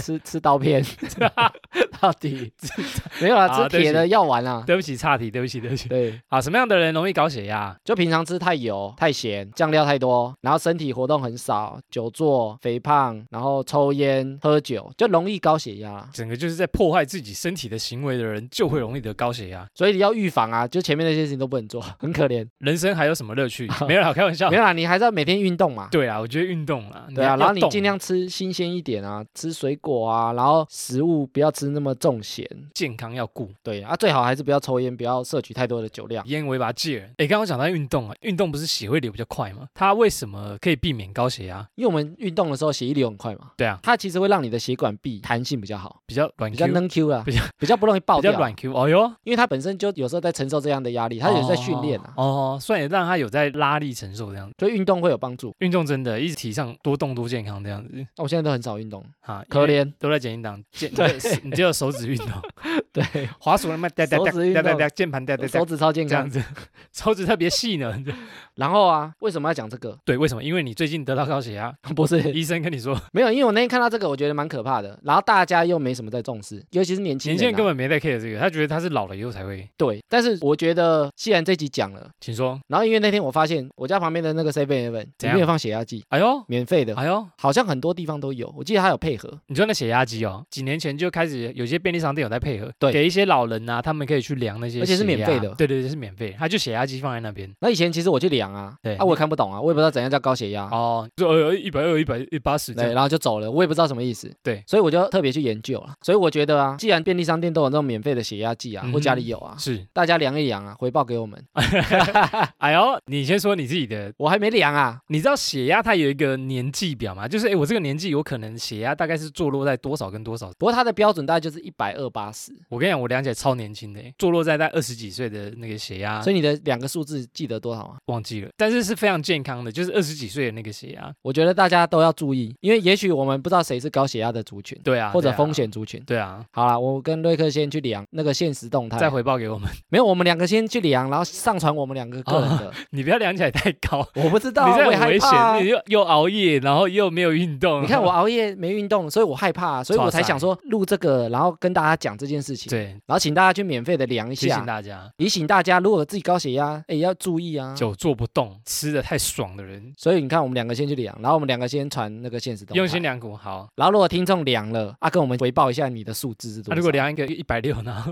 吃吃刀片，到 底没有啦，
啊
吃
对不
铁
起
的药丸啊。
对不起，岔题，对不起，对不 起。
对，
啊，什么样的人容易搞血压？
就平常吃太油、太咸、酱料太多，然后身体活动很少，久坐、肥胖，然后抽烟、喝酒，就容易高血压啦。
整个就是在破坏自己身体的行为的人，就会容易得高血压。
所以你要预防啊，就前面那些事情都不能做， 很可怜。
人生还有什么乐 趣？没有啦，开玩笑
没。有啦，你还是要每天运动嘛。
对啊，我觉得运动啦，
对啊，
要
然后你
要动
尽量吃新鲜一点啊，吃水果啊，然后食物不要吃那么重咸。
健康要顾，
对啊，最好还是不要抽烟，不要摄取太多的酒量。
烟为把戒人。哎，刚刚讲到运动啊，运动不是血会流比较快吗？它为什么可以避免高血压？
因为我们运动的时候血液流很快嘛，
对啊，
它其实会让你的血管壁弹性比较好，
比较软
比较
Q，
能 Q 啊，
比较
比较不容易爆
比较
掉。
软 Q。哦哟，
因为他本身就有时候在承受这样的压力，他有在训练啊，
哦，算也让他有在拉力承受这样子。
所以运动会有帮助。
运动真的一直提倡多动多健康这样子
那我现在都很少运动，
啊，
可
因为
怜。
都在减音档，减
对
你只有手指运动，
对，
滑鼠那么哒哒哒
手指运
哒
动
哒哒，键盘哒哒哒
手，指超健
这样
康。
子，手指特别细呢。
然后啊，为什么要讲这个？
对，为什么？因为你最近得到高血压，
不是
医生跟你说，
没有，因为我那天看到这个，我觉得蛮可怕的。然后大家又没什么在重视，尤其是年轻
年
人、啊。
轻人根本没在 care 这个，他觉得他是老了以后才会。
对，但是我觉得既然这集讲了，
请说。
然后因为那天我发现我家旁边的那个 Seven Eleven 里
怎样
面有放血压计，
哎呦，
免费的，
哎呦，
好像很多地方都有。我记得它有配合。
你说那血压机哦，几年前就开始有些便利商店有在配合，
对
给一些老人啊，他们可以去量那些血压，
而且是免费的
对对对，是免费，他就血压机放在那边。
那以前其实我去量啊，
对
啊我也看不懂啊，我也不知道怎样叫高血压。
哦，就呃一百二、一百一八十这
对，
样。
然后就走了，我也不知道什么意思。
对
所以我就特别去研究了。所以我觉得啊，既然便利商店都有那种免费的血压计啊，
嗯哼
我家里有啊，
是，
大家量一量啊，回报给我们。
哎呦，你先说你自己的，
我还没量啊，
你知道血压它有一个年纪表吗？就是哎，我这个年纪有可能血压大概是坐落在多少跟多少。
不过它的标准大概就是一百二八十，
我跟你讲，我量起来超年轻的，欸坐落在在二十几岁的那个血压，
所以你的两个数字记得多少啊？
忘记了，但是是非常健康的，就是二十几岁的那个血压。
我觉得大家都要注意，因为也许我们不知道谁是高血压的族群，
对啊，
或者
对啊
风。险族群。
对啊，
好啦，我跟瑞克先去量那个现实动态，
再回报给我们，
没有，我们两个先去量，然后上传我们两个个人的。
你不要量起来太 高。
我不知道啊，
你
我
这
也
很
害
危险，
怕啊
你又又熬夜，然后又没有运动。
你看我熬夜没运动，所以我害怕啊，所以我才想说录这个，然后跟大家讲这件事 情，
对
然后请大家去免费的量一
提醒
下，
大家，
提醒大家，如果自己高血压，哎，要注意啊。
久坐不动、吃的太爽的人，
所以你看，我们两个先去量，然后我们两个先传那个现实动态，
用心良苦。好，
然后如果听众量了啊，跟我们回报一下你的数字是
那
多少。
啊如果量一个 一百六呢？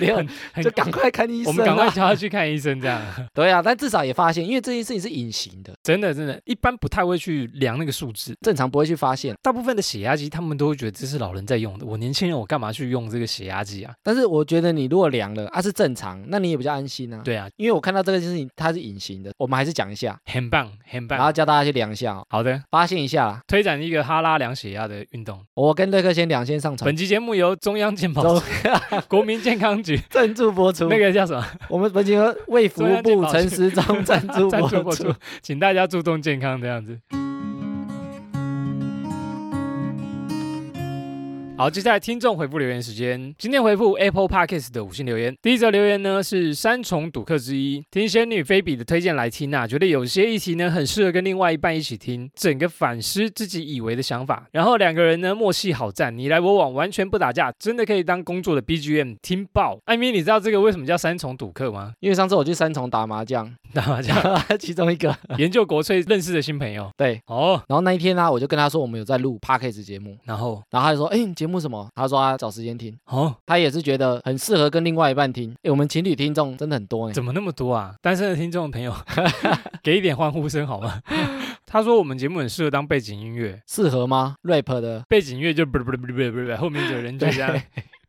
量
很
就赶快看医
我
生、啊，
们赶快叫他去看医生，这样
对啊，但至少也发现，因为这件事情是隐形的，
真的真的，一般不太会去量那个数字。
正常不会去发现。
大部分的血压机，他们都会觉得这是老人在用的，我年轻人我干嘛去用这个血压机啊？
但是我觉得你如果量了啊是正常，那你也比较安心啊。，
对啊，
因为我看到这个事情它是隐形的，我们还是讲一下，
很棒很
然后
棒。
教大家去量一下哦，
好的，
发现一下啦。
推展一个哈拉量血压的运动。
我跟瑞克先量先上传
本，期节目由中央健保
中
局、国民健康局
赞助播出。
那个叫什么？
我们本期和卫福
中
部
央健保
陈时中 赞助
赞
播
助播
出
出。，请大家注重健康这样子。好，接下来听众回复留言时间。今天回复 Apple Podcast 的五星留言。第一则留言呢是三重赌客之一，听仙女菲比的推荐来听啊，觉得有些议题呢很适合跟另外一半一起听，整个反思自己以为的想法。然后两个人呢默契好赞，你来我往，完全不打架，真的可以当工作的 BGM 听爆。艾米，你知道这个为什么叫三重赌客吗？
因为上次我去三重打麻将，
打麻将，
其中一个
研究国粹认识的新朋友
对。
哦。
然后那一天呢、啊我就跟他说我们有在录 podcast 节目，
然后
然后他就说，哎，你节目什么？他说他找时间听，
哦，
他也是觉得很适合跟另外一半听。哎，我们情侣听众真的很多哎。
怎么那么多啊？单身的听众朋友， 给一点欢呼声好吗？ 他说我们节目很适合当背景音乐，
适合吗？rap 的，
背景音乐就不不不不不不，后面有人就这样。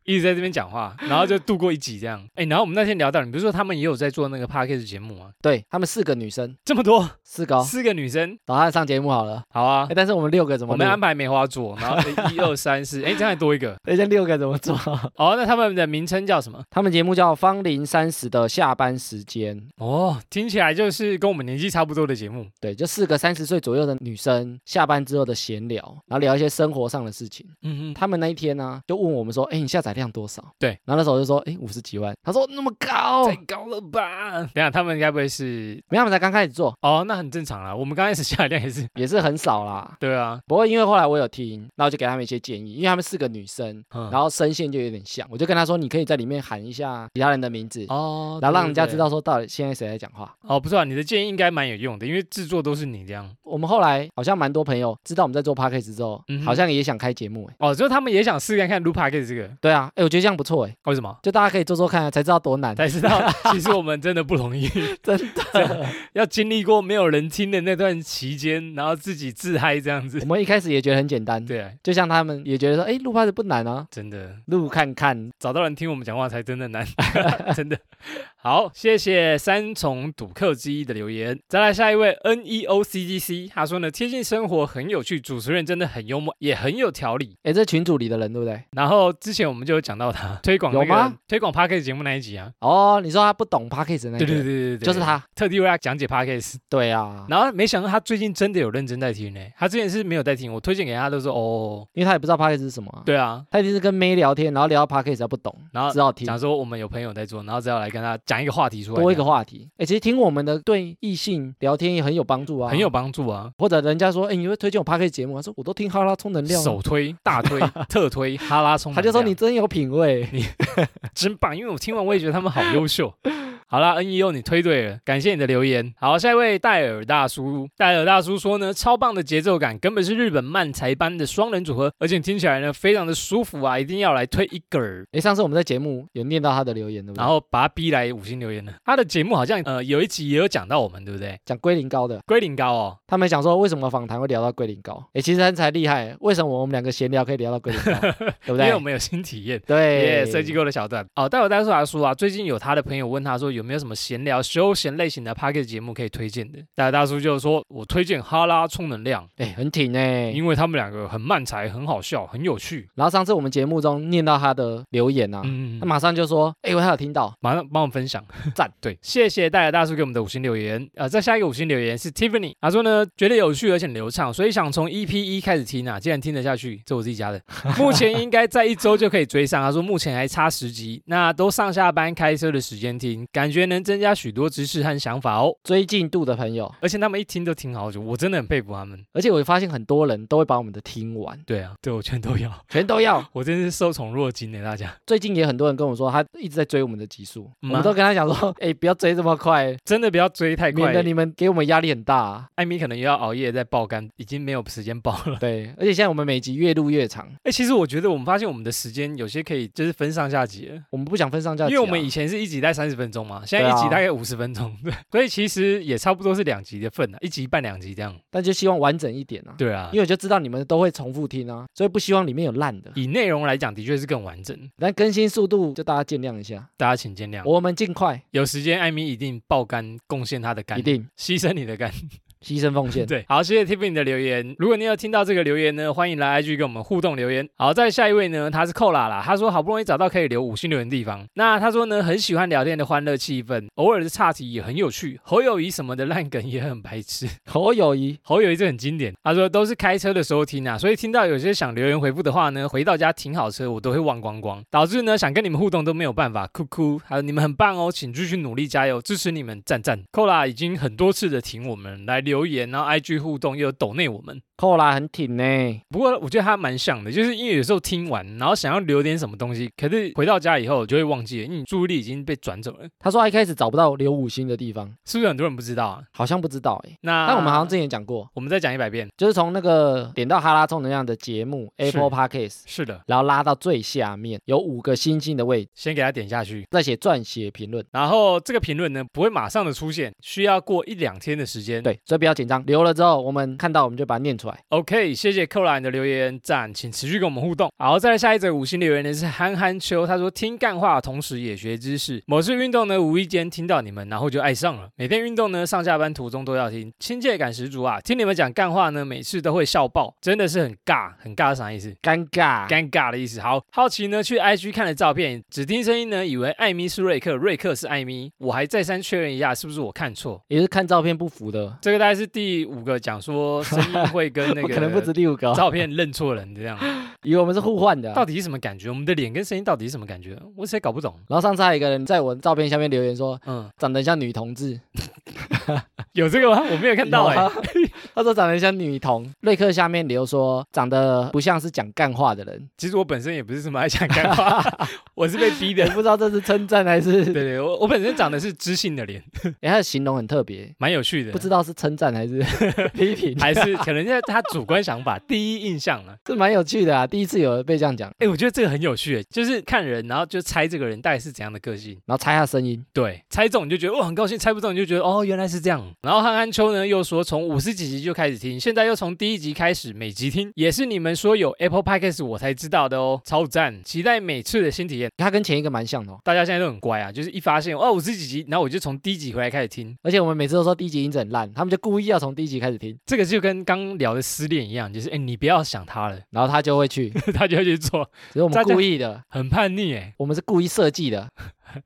一直在这边讲话，然后就度过一集这样。哎，然后我们那天聊到，你不是说他们也有在做那个 podcast 节目吗？
对他们四个女生，
这么多，
四个、哦，
四个女生，
找他上节目好了。
好啊
哎，，但是我们六个怎么
我
录？
们安排梅花座，然 后一二三四，哎，这样还多一个。
人家六个怎么做？
哦，那他们的名称叫什么？
他们节目叫《芳龄三十的下班时间》，
哦，听起来就是跟我们年纪差不多的节目。
对，就四个三十岁左右的女生下班之后的闲聊，然后聊一些生活上的事情。
嗯嗯，
他们那一天呢、就问我们说：“哎，你下载量多少？”
对，
然后那时候我就说：“哎，五十几万。”他说：“那么高
太？高了吧？哦等一下他们该不会是
没有，他们才刚开始做，
哦，那很正常啦。我们刚开始下载量也是，
也是很少啦。”
对啊，
不过因为后来我有听，那我就给他们一些建议，因为他们四个女生，
嗯，
然后声线就有点像，我就跟他说，你可以在里面喊一下其他人的名字，
哦
然后让人家
对
知道说到底现在谁在讲话。
哦，不错、啊，你的建议应该蛮有用的，因为制作都是你这样。
我们后来好像蛮多朋友知道我们在做 podcast 之后，
嗯哼
好像也想开节目哎。
哦，之后他们也想试看看 l u p a 这个，哦
对啊，哎，我觉得这样不错哎，
为什么？
就大家可以做做看啊，才知道多难。
才知 道其实我们真的不容易，
真
的要经历过没有人听的那段期间，然后自己自嗨这样
我
子。
们一开始也觉得很简单，
对啊，
就像他们也觉得说，哎，录 podcast 不难啊，
真的
录看看。
找到人听我们讲话才真的难，真的。好，谢谢三重赌客之一的留言。再来下一位 N E O C G C，他说呢，贴近生活很有趣，主持人真的很幽默，也很有条理。
哎，这群组里的人对不对？
然后之前我们就有讲到他 推广、那
有
个、
吗？
推广 p a r k a s 节目那一集啊，
哦，你说他不懂 p a c k a g e 那
对
个，
对对对对，
就是，他。
特地为他讲解 p a r k a s
对啊，
然后没想到他最近真的有认真在听呢、他之前是没有在听，我推荐给他都是哦，
因为他也不知道 p a c k a g e 是什么、啊。
对啊，
他一定是跟妹聊天，然后聊到 p a c k a g e 他不懂，
然后
只好听
讲说我们有朋友在做，然后只要来跟他讲一个话题出来，
多一个话题。哎，其实听我们的对异性聊天也很有帮助啊，
很有。帮助啊，
或者人家说，哎，你会推荐我 p a c k a g e 节目啊？说我都听哈拉充能量啊，
首推、大 推、特推、哈拉松，
他就说你真有品 味。
真棒，因为我听完我也觉得他们好优 秀。好啦，N E O 你推对了，感谢你的留言。好，下一位戴尔大叔，戴尔大叔说呢，超棒的节奏感，根本是日本漫才般的双人组合，而且听起来呢非常的舒服啊，一定要来推一个儿。
哎，上次我们在节目有念到他的留言，对不对？
然后把他逼来五星留言了。他的节目好像呃有一集也有讲到我们，对不对？
讲龟苓膏的，
龟苓膏哦，
他们讲说为什么访谈会聊到龟苓膏？哎，其实他才厉害，为什么我们两个闲聊可以聊到龟苓 膏，对不
因为我
对？
们有新体验。耶，
对，
设计过的小段哦，戴尔大叔来说啊，最近有他的朋友问他说有没有什么闲聊休闲类型的 p a c k a g e 节目可以推荐的，戴尔大叔就说我推荐哈拉充能量，
哎，很挺哎。
因为他们两个很漫才，很好笑，很有趣。
然后上次我们节目中念到他的留言啊，
嗯
他，马上就说，哎，我还有听到，，
马上帮我们分享
赞！
对，谢谢戴尔大叔给我们的五星留言。呃，再下一个五星留言是 Tiffany，他说呢，觉得有趣而且流畅，所以想从 EP 一开始听啊，既然听得下去，这我自己 加的，目前应该在一周就可以追上。他说目前还差十集，那都上下班开车的时间听，感觉能增加许多知识和想法哦。
追进度的朋友，
而且他们一听都听好久，我真的很佩服他们。
而且我发现很多人都会把我们的 听完，
对啊，对我全都要，
全都要。
我真是受宠若惊的大家
最近也很多人跟我说，他一直在追我们的集数，我
嗯啊
们都跟他 讲说，哎，不要追这么快，
真的不要追太
免
快
得。你们给我们压力很大 啊。
艾米可能又要熬夜在爆肝，已经没有时间爆了。
对，而且现在我们每集越录越长，
哎、其实我觉得我们发现我们的时间有些可以就是分上下集了，
我们不想分上下集啊、
因为我们以前是一集在三十分钟嘛，现在
对
一
啊
集大概五十分钟，对，所以其实也差不多是两集的份啊，一集半两集这样。
但就希望完整一点啊。
对啊
因，为我就知道你们都会重复听啊，所以不希望里面有烂 的。
以内容来讲的确是更完整，
但更新速度就大家见谅一下，
大家请见谅。
我们尽快，
有时间艾米一定爆肝，贡献他的肝
一，定
牺牲你的肝。
牺牲奉 献。
对，好，谢谢 Tiffany 的留言。如果你有听到这个留言呢，欢迎来 IG 跟我们互动留言。好，再下一位呢，他是寇啦啦，他说好不容易找到可以留五星留言的地方。那他说呢，很喜欢聊天的欢乐气氛，偶尔的岔题也很有趣，侯友谊什么的烂梗也很白痴。
侯友谊，
侯友谊这很经典，他说都是开车的时候听啊，所以听到有些想留言回复的话呢，回到家停好车我都会忘光光，导致呢想跟你们互动都没有办法，哭哭。还有你们很棒哦，请继续努力加油，支持你们，赞赞。寇拉已经很多次的挺我们来留言，然后 IG 互动又有抖内我们。
扣啦很挺呢、
不过我觉得他蛮像的，就是因为有时候听完，然后想要留点什么东西，可是回到家以后就会忘记了，因为你注意力已经被转走了。
他说他一开始找不到留五星的地方，
是不是很多人不知道啊？
好像不知道哎、
那
但我们好像之前也讲过，
我们再讲一百遍。
就是从那个点到哈拉充能量的节目 Apple Podcast，
是的，
然后拉到最下面有五个星星的位置，
先给他点下去。
再写撰写评论。
然后这个评论呢不会马上的出现，需要过一两天的时间。
对，所以不要紧张，留了之后我们看到我们就把它念出来。
，OK，谢谢寇兰的留言赞，请持续跟我们互动。好，再来下一则五星留言呢是憨憨秋，他说听干话，同时也学知识。某次运动呢无意间听到你们，然后就爱上了。每天运动呢上下班途中都要听，亲切感十足啊！听你们讲干话呢，每次都会笑爆，真的是很尬，很尬是啥意思？
尴尬，
尴尬的意思。好好奇呢，去 IG 看了照片，只听声音呢，以为艾米是瑞克， 瑞克是艾米。我还再三确认一下，是不是我看错？
也是看照片不服的，
这个大概是第五个讲说声 音会跟那
我
个
可能不止第五个、哦，
照片认错人这样，
以为我们是互换的啊、
到底是什么感觉？我们的脸跟声音到底是什么感觉？我实在搞不懂。
然后上次还有一个人在我照片下面留言说，
嗯，
长得很像女同志，
有这个吗？我没有看到哎、
有啊 他说长得很像女同。瑞克下面留说，长得不像是讲干话的人，
其实我本身也不是什么爱讲干话， 我是被逼
也
的。
不知道这是称赞还
对
是，
对，我我本身长的是知性的脸，
哎，他的形容很特别，
蛮有趣的。
不知道是称赞 还是批评，
啊还 是可能是他主观想法、第一印象呢、
这蛮有趣的啊，第一次有人被这样讲，
哎、我觉得这个很有趣，就是看人，然后就猜这个人大概是怎样的个性。
然后猜他声音，
对，猜中你就觉得哇很高兴，猜不中你就觉得哦原来是这样。然后汉安秋呢又说，从五十几集就开始听，现在又从第一集开始每集听，也是你们说有 Apple Podcast 我才知道的哦，超赞！期待每次的新体验。
它跟前一个蛮像的哦。
大家现在都很乖啊，就是一发现哦五十几集，然后我就从第一集回来开始听，
而且我们每次都说第一集音质很烂，他们就故意要从第一集开始听，
这个就跟刚聊的失恋一样，就是哎你不要想他了，
然后他就会去，
他就会去做，
只是我
大
们
家
故意的，
很叛逆哎、
我们是故意设计的。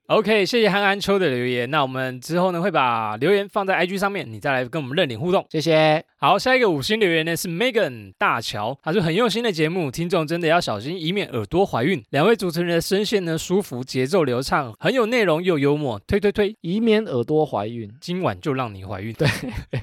OK，谢谢憨憨秋的留言。那我们之后呢会把留言放在 IG 上面，你再来跟我们认领互动。
谢谢，
好，下一个五星留言呢是 Megan 大乔，他说很用心的节目，听众真的要小心，以免耳朵怀孕。两位主持人的声线呢舒服，节奏流畅，很有内容又幽默，推推推，
以免耳朵怀孕。
今晚就让你怀孕。对。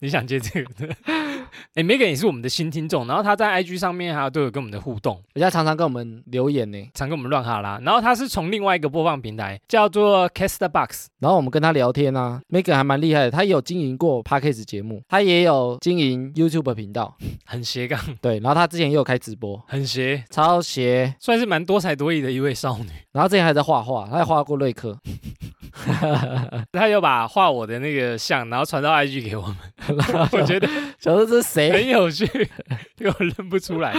你想接这个的？ 哎、m e g a n 也是我们的新听众，然后他在 IG 上面还有都有跟我们的互动，
人家常常跟我们留言呢，
常跟我们乱哈拉。然后他是从另外一个播放平台叫做 Castbox，
然后我们跟他聊天啊，Megan 还蛮厉害的，他也有经营过 Podcast 节目，他也有经营 YouTube 频道，
很斜杠，
对，然后他之前也有开直播，
很斜，
超邪，
算是蛮多才多艺的一位少女。
然后之前还在画画，他还画过瑞克，
她有把画我的那个像，然后传到 IG 给我们，我觉得
小时候这是谁？
很有趣， 这个我认不出来，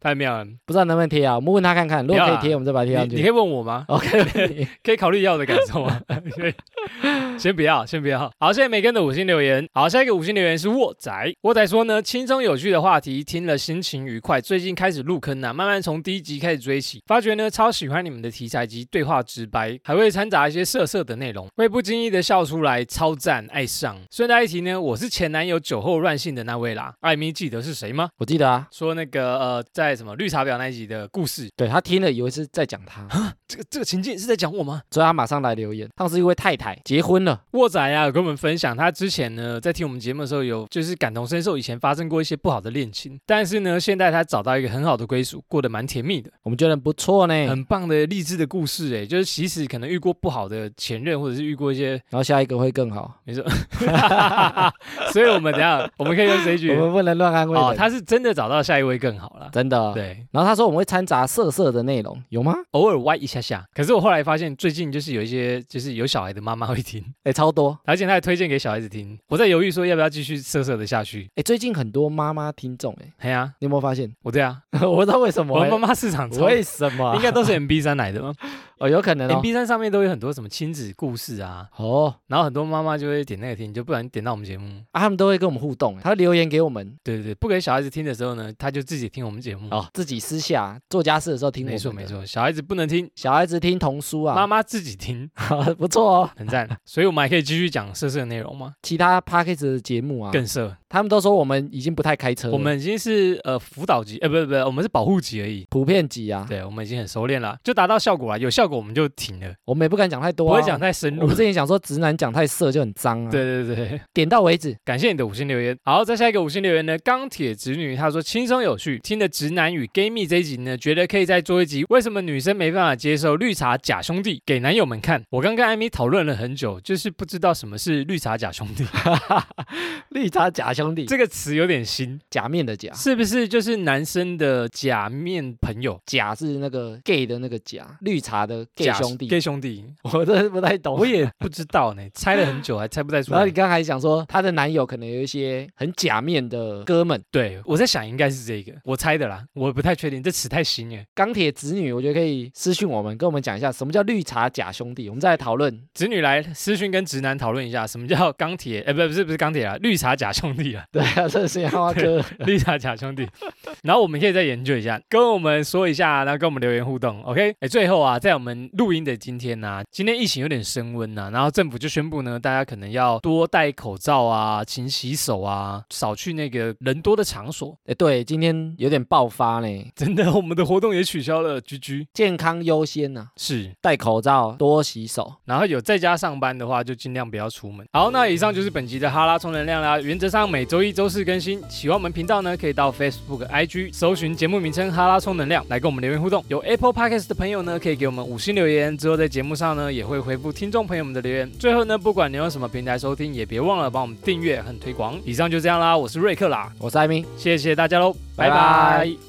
太妙了。
不知道能不能贴啊？我们问他看看，如果可
不要
以
啦
贴，我们再把它
你
贴上
你可
去。
以问我吗？
OK，
可以考虑一下我的感受吗？ 可以先不要，先不要。好，谢谢梅根的五星留言。好，下一个五星留言是沃仔。沃仔说呢，轻松有趣的话题，听了心情愉快。最近开始入坑啊啦、慢慢从第一集开始追起，发觉呢超喜欢你们的题材及对话直白，还会掺杂一些色色的内容，会不经意的笑出来，超赞，爱上。顺带一提呢，我是前男友酒后乱性的那位啦。艾米记得是谁吗？
我记得啊，
说那个呃，在什么绿茶婊那一集的故事，
对他听了以为是在讲他，
这个这个情境是在讲我吗？
所以他马上来留言。他是一位太太，结婚了，
沃仔啊，有跟我们分享，他之前呢在听我们节目的时候，有就是感同身受，以前发生过一些不好的恋情，但是呢，现在他找到一个很好的归属，过得蛮甜蜜的，
我们觉得很不错呢。
很棒的励志的故事。哎，就是其实可能遇过不好的前任，或者是遇过一 些，
然后下一个会更好，
所以我们等一下我们可以用这一
我
句
们不能乱安慰
哦，
人
他是真的找到下一位更好了。
真的。
对，
然后他说我们会掺杂色色的内容，有吗？
偶尔歪一下下。可是我后来发现，最近就是有一些就是有小孩的妈妈会听，
哎，超多。
而且他还推荐给小孩子听。我在犹豫说要不要继续色色的下去。
哎，最近很多妈妈听众，哎，
嘿呀、
你有没有发现？
我对啊，
我不知道为什
我
么
们
欸，
妈妈市场超
为什么
应
啊？
该都是 MB 三来 的吗
哦，有可能哦。
？MB 三上面都有很多什么亲子故事啊，
哦，
然后很多妈妈就会点那个听，就不然点到我们节目。
啊，他们都会跟我们互动，欸他会留言给我们。
对对对，不给小孩子听的时候呢，他就自己听我们节目。
哦，自己私下做家事的时候听我
没
们
错
的
没。错，小孩子不能听，
小孩子听童书啊，
妈妈自己听，
好 不错哦。
很赞。所以我们还可以继续讲色色的内容吗？
其他 p a c k a g e 的节目啊，
更色，
他们都说我们已经不太开车了，
我们已经是呃辅导级，呃不不不，我们是保护级而已。
普遍级啊，
对，我们已经很熟练了，就达到效果了。有效果我们就停了，
我们也不敢讲太多、
不
啊，
会讲。太深
我
入
们。之前想说直男讲太色就很脏啊，，
对对对，
点到为止。
感谢你的五星留言。好，再下一个五星留言呢？钢铁直女她说轻松有趣，听的直男与 gay 蜜这一集呢，觉得可以再做一集。为什么女生没办法接受绿茶假兄弟给男友们看？我刚跟艾米讨论了很久，就是不知道什么是绿茶假兄弟
绿茶假兄弟，这
这个词有点新，
假面的假，
是不是就是男生的假面朋友？
假是那个 gay 的那个假，绿茶的 gay
假
兄弟，
，gay 兄弟，
我真的不太懂。
我也不知道呢，猜了很久还猜不太出
然后
来
你。刚才想说她的男友可能有一些很假面的哥们，
对，我在想应该是这个，我猜的啦，我不太确定，这词太新了。
钢铁直女，我觉得可以私讯我们，跟我们讲一下什么叫绿茶假兄弟，我们再来讨论。
直女来私讯跟直男讨论一下，什么叫钢铁？ 哎，不，不是不是钢铁啊，绿茶假兄弟啊，
对啊， 这是花哥，
绿茶假 兄弟。然后我们可以再研究一下，跟我们说一下，然后跟我们留言互动，OK？哎，最后啊，在我们录音的今天呢、今天疫情有点升温呐、然后政府就宣布呢，大家可能要多戴口罩啊，勤洗手啊，少去那个人多的场所。
哎，对，今天有点爆发呢，
真的，我们的活动也取消了，居居
健康优先呐、
是。
戴口罩，多洗手。
然后有在家上班的话，就尽量不要出门。好，那以上就是本集的哈拉充能量啦。原则上每周一、周四更新。喜欢我们频道呢，可以到 Facebook、IG 搜寻节目名称“哈拉充能量”来跟我们留言互动。有 Apple Podcast 的朋友呢，可以给我们五星留言，之后在节目上呢也会回复听众朋友们的留言。最后呢，不管你用什么平台收听，也别忘了帮我们订阅和推广。以上就这样啦，我是瑞克啦，
我是艾米。
谢谢大家喽，拜
拜
拜
拜